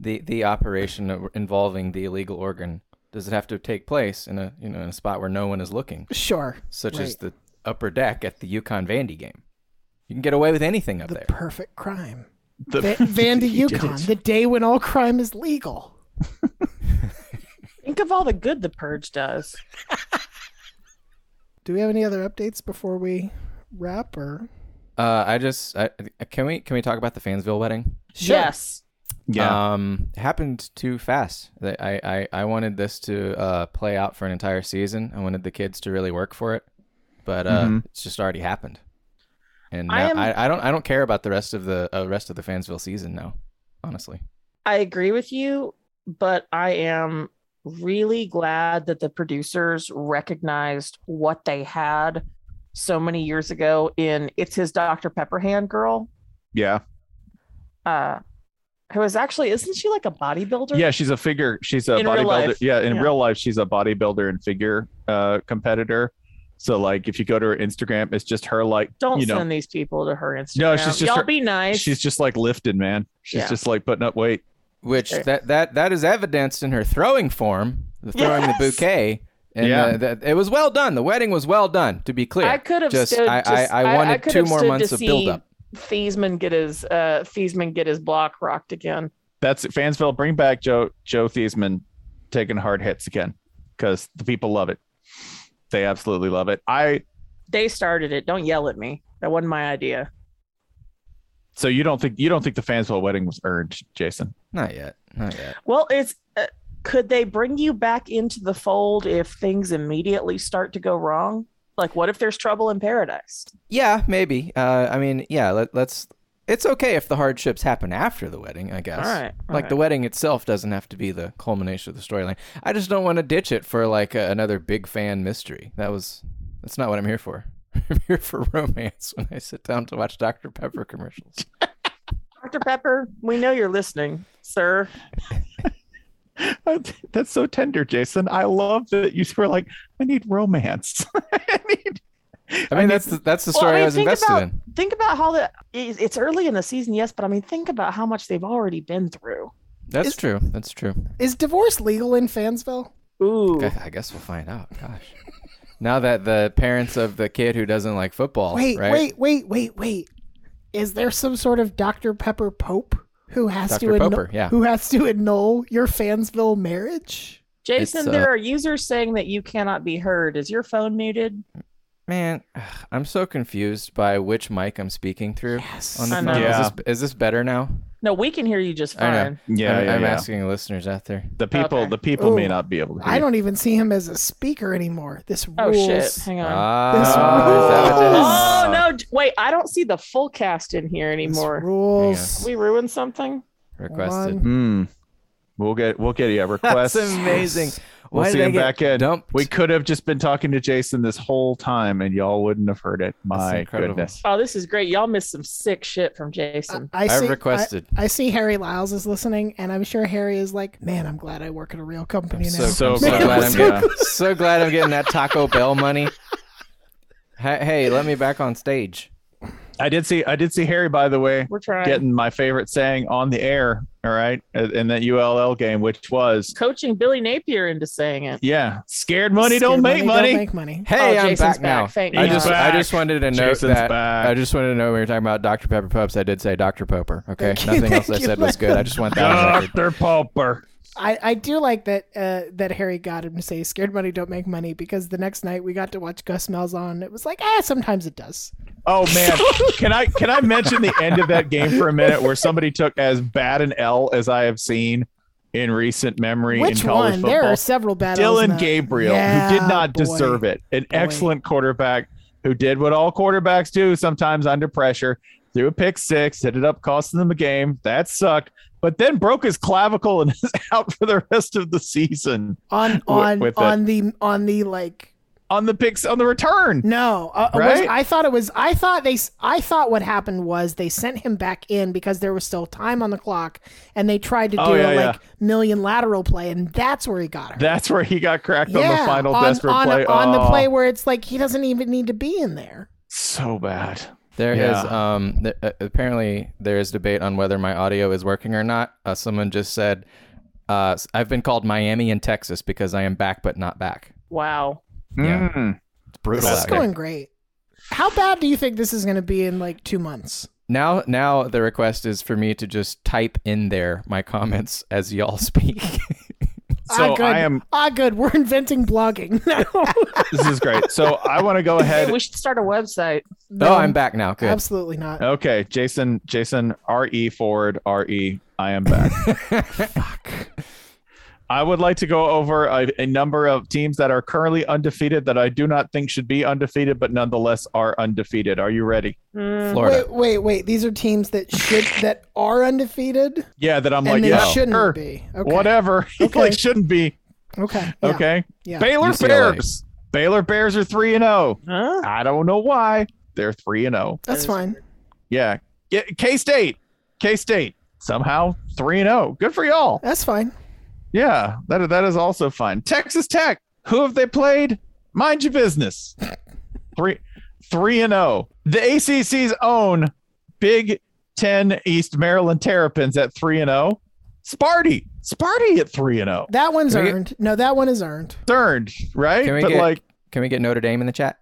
the the operation involving the illegal organ does it have to take place in a you know in a spot where no one is looking,
sure
such as
Right.
the upper deck at the Yukon Vandy game? You can get away with anything up
the
there.
perfect crime
The-
Va- vandy
You did
yukon
it.
the day when all crime is legal
Think of all the good the purge does.
do we have any other updates before we wrap or
Uh, I just I, can we can we talk about the Fansville wedding?
Yes.
Yeah.
Um, happened too fast. They- I, I, I wanted this to uh, play out for an entire season. I wanted the kids to really work for it, but uh,
Mhm.
it's just already happened. And
I
now-
am-
I, I, don't I don't care about the rest of the uh, rest of the Fansville season now. Honestly,
I agree with you, but I am really glad that the producers recognized what they had so many years ago in It's His Dr. Pepper Hand Girl,
yeah.
uh, who is actually, isn't she like a bodybuilder?
Yeah. She's a figure. She's a
In real
bodybuilder.
life.
Yeah. In
Yeah.
real life, she's a bodybuilder and figure uh, competitor. So like, if you go to her Instagram, it's just her like
Don't
you know
send these people to her Instagram.
No, she's just
Y'all
her-
be nice.
she's just like lifted, man. She's
Yeah.
just like putting up weight.
which
Sure.
that that that is evidenced in her throwing form, the throwing
Yes!
the bouquet. And
Yeah.
uh, that- it was well done. The wedding was well done. To be clear,
I could have
just,
stood.
I,
just-
I, I wanted
could
two
have
more
stood to
months of
see
build up.
Thiesman get his uh, Thiesman get his block rocked again.
That's it. Fansville. Bring back Joe Joe Theismann taking hard hits again because the people love it. They absolutely love it. I
They started it. Don't yell at me. That wasn't my idea.
so you don't think you don't think the Fansville wedding was earned, Jason?
Not yet. Not yet.
Well, it's uh, could they bring you back into the fold if things immediately start to go wrong? Like, what if there's trouble in paradise?
Yeah, maybe. Uh, I mean, yeah. Let, let's. It's okay if the hardships happen after the wedding, I guess.
All right, all
like the
right.
wedding itself doesn't have to be the culmination of the storyline. I just don't want to ditch it for like a, another big fan mystery. That was. That's not what I'm here for. I'm here for romance when I sit down to watch Dr Pepper commercials.
Dr. Pepper, we know you're listening, sir.
That's so tender, Jason. I love that you were like, I need romance. I need,
I mean, that's the, that's the
Well, I
story I,
mean,
was
think
invested
about-
in.
Think about how the it- it's early in the season, yes, but I mean, think about how much they've already been through.
That's
Is-
true. That's true.
is divorce legal in fansville
Ooh,
I, I guess we'll find out. Gosh. Now that the parents of the kid who doesn't like football,
Wait,
right?
wait, wait, wait, wait. Is there some sort of Dr. Pepper Pope who has to
Dr.
annu-
Popper, yeah.
who has to annul your Fansville marriage?
Jason,
It's, uh,
there are users saying that you cannot be heard. Is your phone muted?
Man, ugh, I'm so confused by which mic I'm speaking through.
Yes.
On the
I
phone.
know.
Is, this, is this better now?
No, we can hear you just
I know.
fine.
yeah,
I'm,
yeah,
I'm
yeah.
asking listeners out there.
The people,
Okay.
the people may
Ooh.
not be able to. Hear
I don't even see him as a speaker anymore. This
Oh
rules.
shit! Hang on.
Ah,
This
is that what that
oh
is?
no! j- Wait, I don't see the full cast in here
This
anymore.
rules.
We ruined something.
Requested.
One.
Hmm. We'll get we'll get you a request.
That's amazing.
We'll
Why
see
did I
him
get
back in.
dumped?
We could have just been talking to Jason this whole time, and y'all wouldn't have heard it. My
incredible.
goodness.
Oh, this is great. Y'all missed some sick shit from Jason.
I,
I
see,
requested.
I, I see Harry Lyles is listening, and I'm sure Harry is like, "Man, I'm glad I work at a real company now."
So
so, so,
glad
glad
I'm
I'm
here.
getting, so glad I'm getting that Taco Bell money. Hey, hey, let me back on stage.
I did see I did see Harry by the way
We're trying
getting my favorite saying on the air. All right, in in that ULL game, which was
coaching Billy Napier into saying it.
yeah, scared money
Scared
don't make money.
Don't make money.
Hey,
oh,
I'm
Jason's
back now.
Thank
I
God.
just, I just wanted to note
Jason's
that.
back.
I just wanted to know when we were talking about Dr. Pepper Pups. I did say Dr. Popper. Okay,
Thank you,
nothing else I
thank you,
said was good. I
Michael.
just want that. on record.
Popper.
I, I do like that uh, that Harry got him to say scared money don't make money because the next night we got to watch Gus Malzahn. It was like ah sometimes it does.
Oh man, can I can I mention the end of that game for a minute where somebody took as bad an L as I have seen in recent memory
Which
in college
one? There
football?
are several battles. in
Dylan
that.
Gabriel,
Yeah,
who did not
boy.
deserve it, an excellent quarterback who did what all quarterbacks do sometimes under pressure, threw a pick six, ended up costing them a game. That sucked. But then broke his clavicle and is out for the rest of the season
on on
with it.
on the on the like
on the picks on the return.
no uh, was-
Right?
I thought it was I thought they s- I thought what happened was they sent him back in because there was still time on the clock and they tried to do
Oh, yeah,
a
yeah.
like million lateral play and that's where he got hurt.
That's where he got cracked on the final
on,
desperate
on,
play.
on the
Oh,
play where it's like he doesn't even need to be in there.
so bad.
There is
Yeah.
um th- uh, apparently there is debate on whether my audio is working or not. Uh, someone just said uh, s- I've been called Miami and Texas because I am back but not back.
Wow.
Yeah.
Mm.
It's brutal.
This
out
is
here.
going great. How bad do you think this is going to be in like two months?
Now now the request is for me to just type in there my comments as y'all speak.
So
ah, good.
I am. Oh,
Ah, good. We're inventing blogging now.
This is great. So I want to go ahead.
Hey, we should start a website.
oh, I'm back now. Good. Oh,
Absolutely not.
Okay, Jason, Jason, E RE forward, RE, E, I am back. I would like to go over a, a number of teams that are currently undefeated that I do not think should be undefeated, but nonetheless are undefeated. Are you ready?
Mm,
Florida.
Wait, wait, wait. These are teams that should that are undefeated
Yeah, that I'm
and
like,
they
yeah,
shouldn't
sure,
be. Okay.
whatever.
Okay.
like, shouldn't be.
Okay. yeah,
Okay.
Yeah.
Baylor
UCLA.
Bears. Baylor Bears are 3 and 0.
huh?
I don't know why. They're 3 and 0.
That's fine.
Yeah. K State. K State. Somehow 3 and 0. Good for y'all.
That's fine.
Yeah, that that is also fun. Texas Tech. Who have they played? Mind your business. Three, three and zero. The ACC's own Big Ten East Maryland Terrapins at three and zero. Sparty, Sparty at three and zero.
That one's
Can we get-
earned. No, that one is earned.
Third, right?
Can we
But
get
like
can we get Notre Dame in the chat?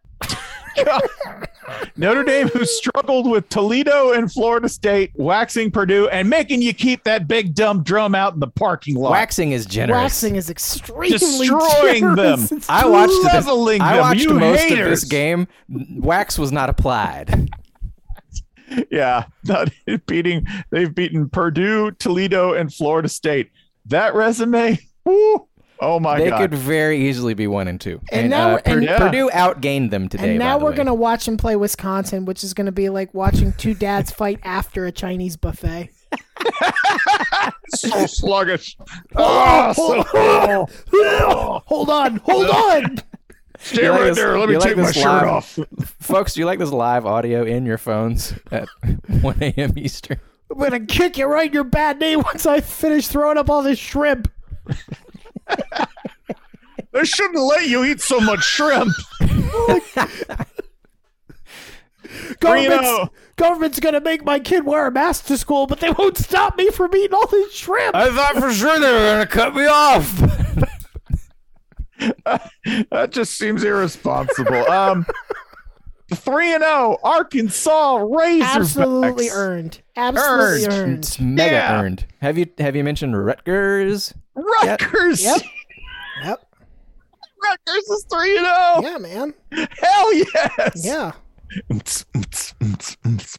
Notre Dame, who struggled with Toledo and Florida State, waxing Purdue and making you keep that big dumb drum out in the parking lot.
Waxing is generous.
Waxing is extremely
Destroying
generous.
them.
It's
I watched this-
Leveling
I
them,
watched
you
most of
haters.
this game. Wax was not applied.
Yeah, not beating. They've beaten Purdue, Toledo, and Florida State. That resume. Woo, oh my
they
god!
could very easily be one and two.
And now we're-
Purdue,
and-
Yeah.
Purdue outgained them today.
and now
by the
we're
way.
gonna watch him play Wisconsin, which is gonna be like watching two dads fight after a Chinese buffet.
so sluggish. Ah, so-
Hold on, hold on.
Stay
You like
right
this-
there. Let me
you like
take my
this
shirt
live-
off.
folks. Do you like this live audio in your phones at 1 a.m. Eastern?
I'm gonna kick you right in your bad knee once I finish throwing up all this shrimp.
They shouldn't let you eat so much shrimp.
Government's,
Reno.
government's gonna make my kid wear a mask to school, but they won't stop me from eating all this shrimp.
I thought for sure they were going to cut me off.
That just seems irresponsible. Um, three and zero, Arkansas Razorbacks.
Absolutely earned. Absolutely
Earned.
earned.
it's mega
Yeah.
earned. Have you have you mentioned Rutgers?
Rutgers.
Yep. Yep.
Rutgers is three and zero.
Yeah, man.
Hell yes.
Yeah.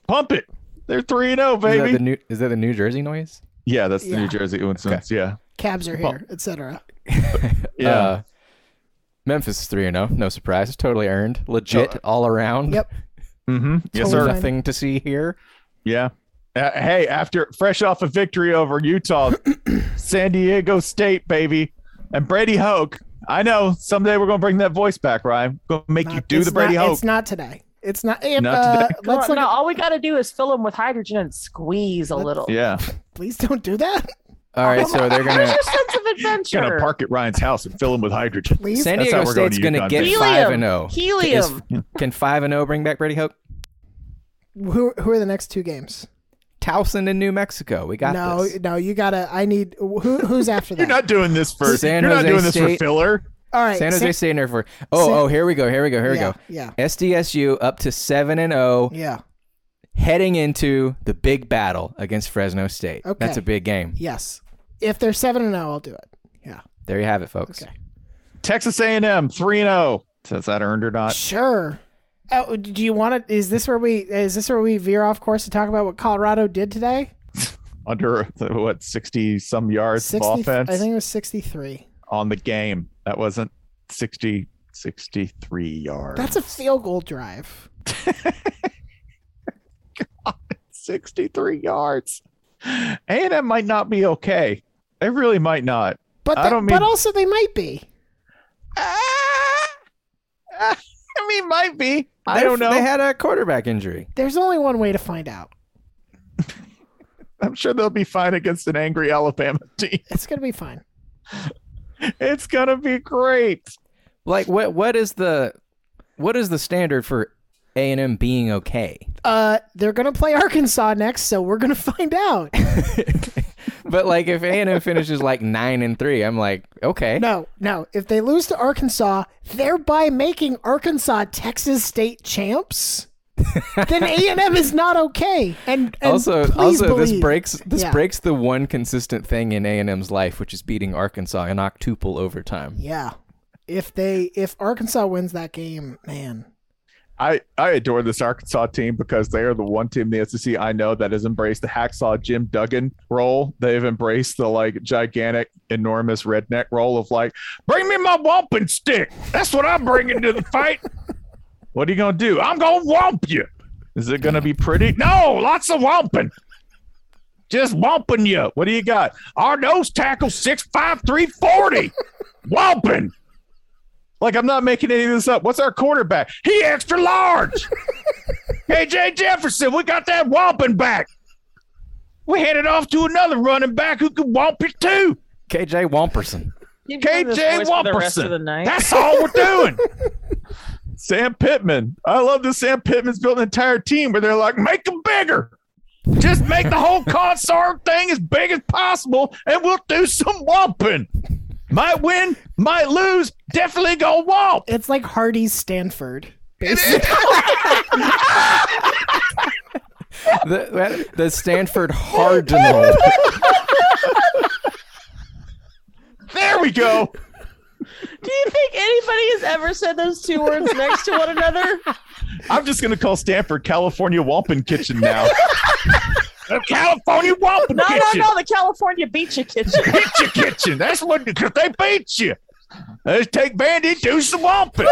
Pump it. They're three and zero,
Is that the
baby.
New is that the New Jersey noise?
Yeah, that's the
Yeah.
New Jersey ones. Yeah,
Cabs are here, etc.
yeah.
Uh, Memphis is 3 0. No surprise. Totally earned. Legit all around.
Yep.
mm-hmm. Yes,
Totally.
There's
sir.
nothing to see here.
Yeah. Uh, hey, after fresh off a victory over Utah, San Diego State, baby, and Brady Hoke. I know someday we're gonna bring that voice back, Ryan. Gonna make you
Not-
do
it's
the Brady
not,
Hoke.
It's not today. It's not. If,
Not
uh,
today.
Let's look.
Come on, no,
At,
all we got to do is fill them with hydrogen and squeeze a little.
Yeah,
please don't do that.
All right. So they're going
Where's
to.
your sense of
gonna
adventure?
park at Ryan's house and fill him with hydrogen.
Please.
San
That's
Diego
how we're going
State's
to
going to
UConn.
get
Helium.
5 and oh. 0.
Helium.
Can 5 and 0 bring back Brady Hope?
who who are the next two games?
Towson in New Mexico. We got
no,
this.
no, you gotta. I need who who's after that?
You're not doing this for.
San
you're not
Jose
doing this
State.
for filler.
All right,
San
Sa-
Jose State and Air Force. Oh,
San-
oh, here we go. Here we go. Here
yeah,
we go.
Yeah,
SDSU up to 7 and oh, 0
yeah,
heading into the big battle against Fresno State.
Okay.
That's a big game.
yes. If they're seven and zero, I'll do it.
There you have it, folks.
Okay.
Texas A&M 3 0. oh. Says that earned or not?
Sure. Oh, do you want to? Is this where we? Is this where we veer off course to talk about what Colorado did today?
Under what sixty some yards of
60
offense
I think it was sixty-three.
on the game. That wasn't 60, 63 yards.
That's a field goal drive.
63 yards. A&M might not be okay. They really might not.
But
I
the-
don't mean-
but also they might be.
Ah! Ah, I mean, might be. I
They-
don't know.
They had a quarterback injury.
There's only one way to find out.
I'm sure they'll be fine against an angry Alabama team.
It's gonna be fine.
It's gonna be great.
Like what? What is the what is the standard for A and M being okay?
Uh, they're gonna play Arkansas next, so we're gonna find out.
But like if A and M finishes like nine and three, I'm like okay.
No, no. If they lose to Arkansas, thereby making Arkansas Texas State champs, then A and M is not okay. And, and
also,
please
also this
believe-
breaks this
Yeah.
breaks the one consistent thing in A and M's life, which is beating Arkansas in octuple overtime.
Yeah, if they if Arkansas wins that game, man,
I, I adore this Arkansas team because they are the one team in the SEC I know that has embraced the hacksaw Jim Duggan role. They've embraced the like gigantic, enormous redneck role of like, bring me my whomping stick. That's what I'm bringing to the fight. What are you gonna do? I'm gonna whomp you. Is it gonna be pretty? No, lots of whomping. Just whomping you. What do you got? Our nose tackle six five three forty. Whomping. Like I'm not making any of this up. What's our quarterback? He extra large. AJ Jefferson, we got that whomping back. We handed off to another running back who could whomp it too.
KJ Womperson.
Keep doing this
KJ
voice for the rest
Womperson.
of the night.
That's all we're doing. Sam Pittman. I love that Sam Pittman's built an entire team where they're like, make them bigger. Just make the whole consort thing as big as possible, and we'll do some whomping. Might win, might lose, definitely go whomp.
it's like Hardy's Stanford.
the, the Stanford Hardinal.
There we go.
Do you think anybody has ever said those two words next to one another?
I'm just gonna call Stanford California Wampin Kitchen now. The California Wampin
No, no,
Kitchen,
no. The California Beach Kitchen.
Beat you kitchen. That's what because they beat you. Let's take Bandit, do some wampin.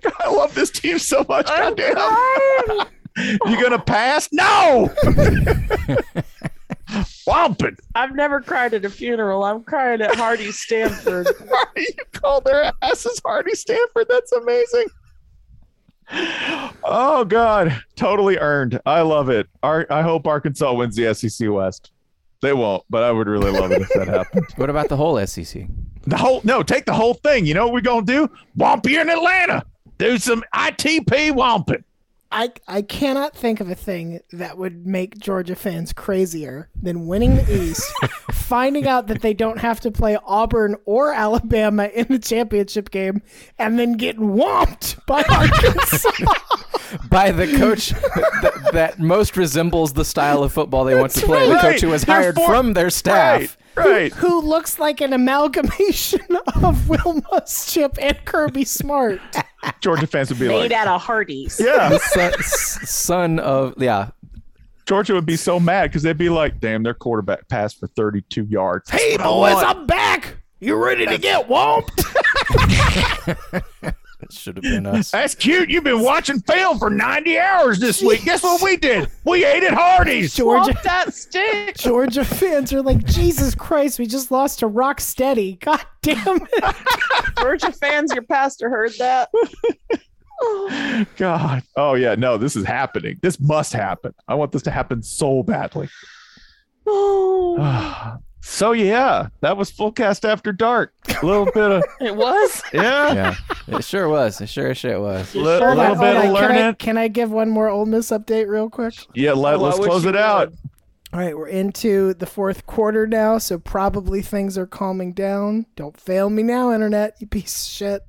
God, I love this team so much. Goddamn. You gonna pass? No. Wampin.
I've never cried at a funeral. I'm crying at Hardy Stanford.
you call their asses Hardy Stanford. That's amazing. Oh God, totally earned. I love it. Ar- I hope Arkansas wins the SEC West. They won't, but I would really love it if that happened.
what about the whole E SEC?
The whole no, take the whole thing. You know what we're gonna do? Womp you in Atlanta. Do some ITP womping.
I I cannot think of a thing that would make Georgia fans crazier than winning the East, finding out that they don't have to play Auburn or Alabama in the championship game, and then getting whomped by Arkansas.
By the coach that, that most resembles the style of football they want to
That's
play. The
right.
coach who was
They're
hired
for-
from their staff.
Right. right.
Who looks like an amalgamation of Will Muschamp and Kirby Smart?
Georgia fans would be
Made
like,
out of Hardee's.
yeah.
The son, s- son of yeah.
Georgia would be so mad because they'd be like, damn, their quarterback passed for 32 yards. Hey,
Boys, I'm back.
you ready to get womped?
It should have been us.
That's cute. You've been watching film for 90 hours this week. Guess what we did? We ate at Hardee's.
Georgia.
Walk that stick.
Georgia fans are like, Jesus Christ, we just lost to Rocksteady. God damn it.
Georgia fans, your pastor heard that.
God. Oh, yeah. No, this is happening. This must happen. I want this to happen so badly.
Oh,
so, yeah, that was full cast after dark. A little bit of,
it was.
yeah,
Yeah, it sure was. It sure shit was.
a little,
Hold on,
bit of
hold on. Can I,
learning.
can I give one more Ole Miss update real quick?
Yeah, let, let's close it out.
All right, we're into the fourth quarter now, so probably things are calming down. Don't fail me now, internet, you piece of shit.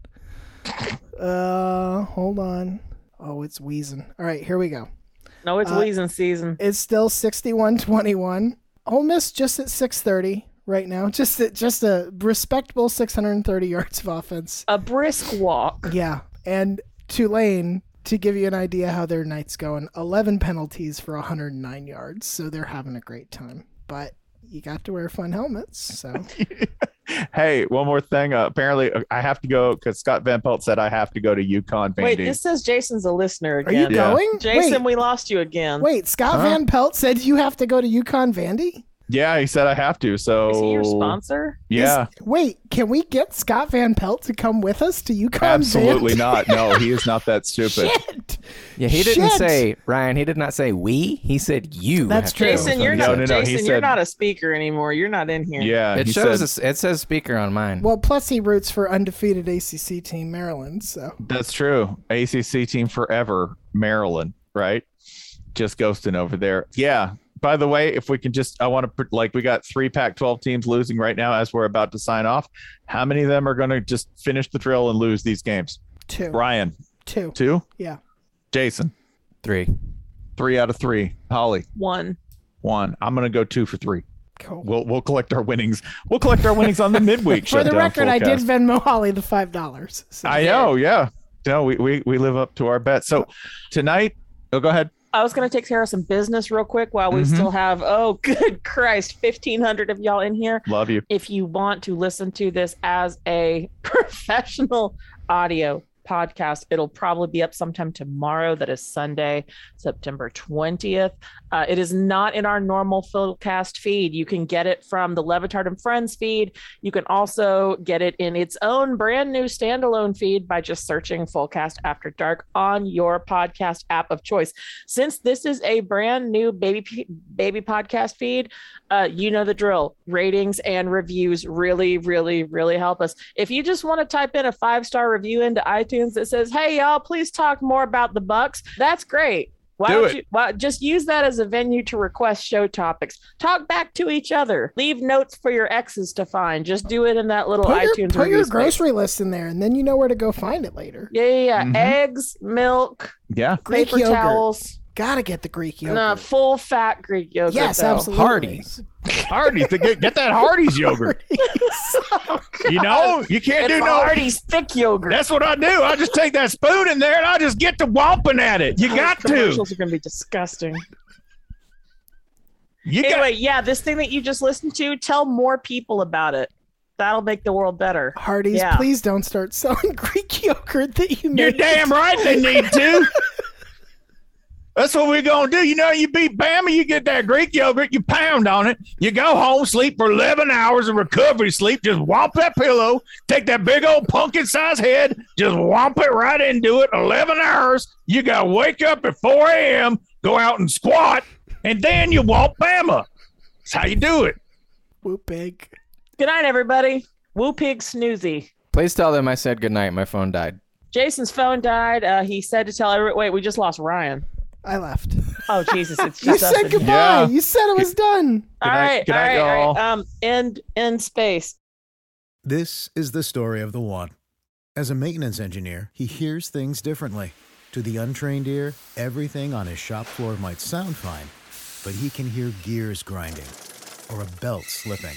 Uh, hold on. Oh, it's wheezing. All right, here we go.
No, it's
Uh,
wheezing season.
It's still 61-21. Ole Miss just at 630 right now. Just at, just a respectable 630 yards of offense.
A brisk walk.
Yeah. And Tulane, to give you an idea how their night's going, 11 penalties for 109 yards. So they're having a great time. But you got to wear fun helmets. So
hey, one more thing. Uh, apparently, uh, I have to go because Scott Van Pelt said I have to go to UConn. Van
Wait,
Dee.
this says Jason's a listener
are you
again.
Yeah.
going?
Jason,
wait,
we lost you again.
wait, Scott
Huh?
Van Pelt said you have to go to Yukon Vandy?
yeah, he said I have to. So
Is he your sponsor?
yeah,
Is- wait, can we get Scott Van Pelt to come with us to UConn?
absolutely not. No, he is not that stupid.
Shit.
Yeah, he didn't
Shit.
say Ryan. He did not say we. He said you.
That's
have to go
true.
with
Jason, you're
us.
No,
not.
no, no, he
Jason, you're
said-
not a speaker anymore. You're not in here.
Yeah,
It
he
shows.
said-
us it says speaker on mine.
Well, plus he roots for undefeated ACC team Maryland. So
That's true. ACC team forever, Maryland, right? Just ghosting over there. Yeah. By the way, if we can just, I want to, like, we got three Pac 12 teams losing right now as we're about to sign off. How many of them are going to just finish the drill and lose these games?
two,
Ryan,
two,
two.
yeah.
Jason,
Three.
three out of three. Holly,
One.
one. I'm going to go two for three.
Cool.
We'll, we'll collect our winnings. We'll collect our winnings on the midweek.
For the
shutdown
record, I did
forecast.
Venmo Holly the five dollars. So.
I know. Yeah. No, we, we, we live up to our bet. So tonight, oh, go ahead.
I was going to take care of some business real quick while we
Mhm.
still have, oh, good Christ, 1,500 of y'all in here.
Love you.
If you want to listen to this as a professional audio podcast, it'll probably be up sometime tomorrow. That is Sunday, September 20th. Uh, it is not in our normal Philcast feed. You can get it from the Levitard and Friends feed. You can also get it in its own brand new standalone feed by just searching Fullcast After Dark on your podcast app of choice. Since this is a brand new baby p- baby podcast feed, uh, you know the drill. Ratings and reviews really, really, really help us. If you just want to type in a five star review into iTunes that says, "Hey y'all, please talk more about the Bucks," that's great. Why
Do
don't
it.
you why, just use that as a venue to request show topics? Talk back to each other. Leave notes for your exes to find. Just do it in that little
Put your,
iTunes
put
review
your
space.
grocery list in there, and then you know where to go find it later.
Yeah, yeah, yeah.
Mhm.
Eggs, milk,
Yeah.
Greek
paper
yogurt.
towels,
Gotta get the Greek yogurt.
no, full fat Greek yogurt.
yes,
though.
absolutely.
Hardee's.
Hardee's. to Get, get that Hardee's yogurt. You know, you can't do
It's
no.
Hardee's thick yogurt.
That's what I do. I just take that spoon in there and I just get to whomping at it. You
Those
got to.
Commercials are going to be disgusting.
You got.
Anyway, yeah, this thing that you just listened to, tell more people about it. That'll make the world better.
Hardee's,
Yeah.
please don't start selling Greek yogurt that you
You're
made.
damn right. They need to. That's what we're gonna do. You know, you beat Bama, you get that Greek yogurt, you pound on it, you go home, sleep for eleven hours of recovery sleep, just whomp that pillow, take that big old pumpkin-sized head, just whomp it right into it. Eleven hours, you gotta wake up at four a.m., go out and squat, and then you whomp Bama. That's how you do it.
Whoop big.
Good night, everybody. Woo pig snoozy.
Please tell them I said goodnight. My phone died.
Jason's phone died. Uh, he said to tell everyone. Wait, we just lost Ryan.
I left.
Oh Jesus! It's
You
just us.
said
and-
goodbye.
Yeah.
You said it was done.
All
Good night-
right,
good
all
night,
right, all
y'all.
right. Um, end, end space.
This is the story of the one. As a maintenance engineer, he hears things differently. To the untrained ear, everything on his shop floor might sound fine, but he can hear gears grinding or a belt slipping.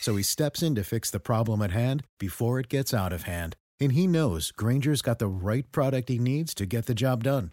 So he steps in to fix the problem at hand before it gets out of hand. And he knows Granger's got the right product he needs to get the job done,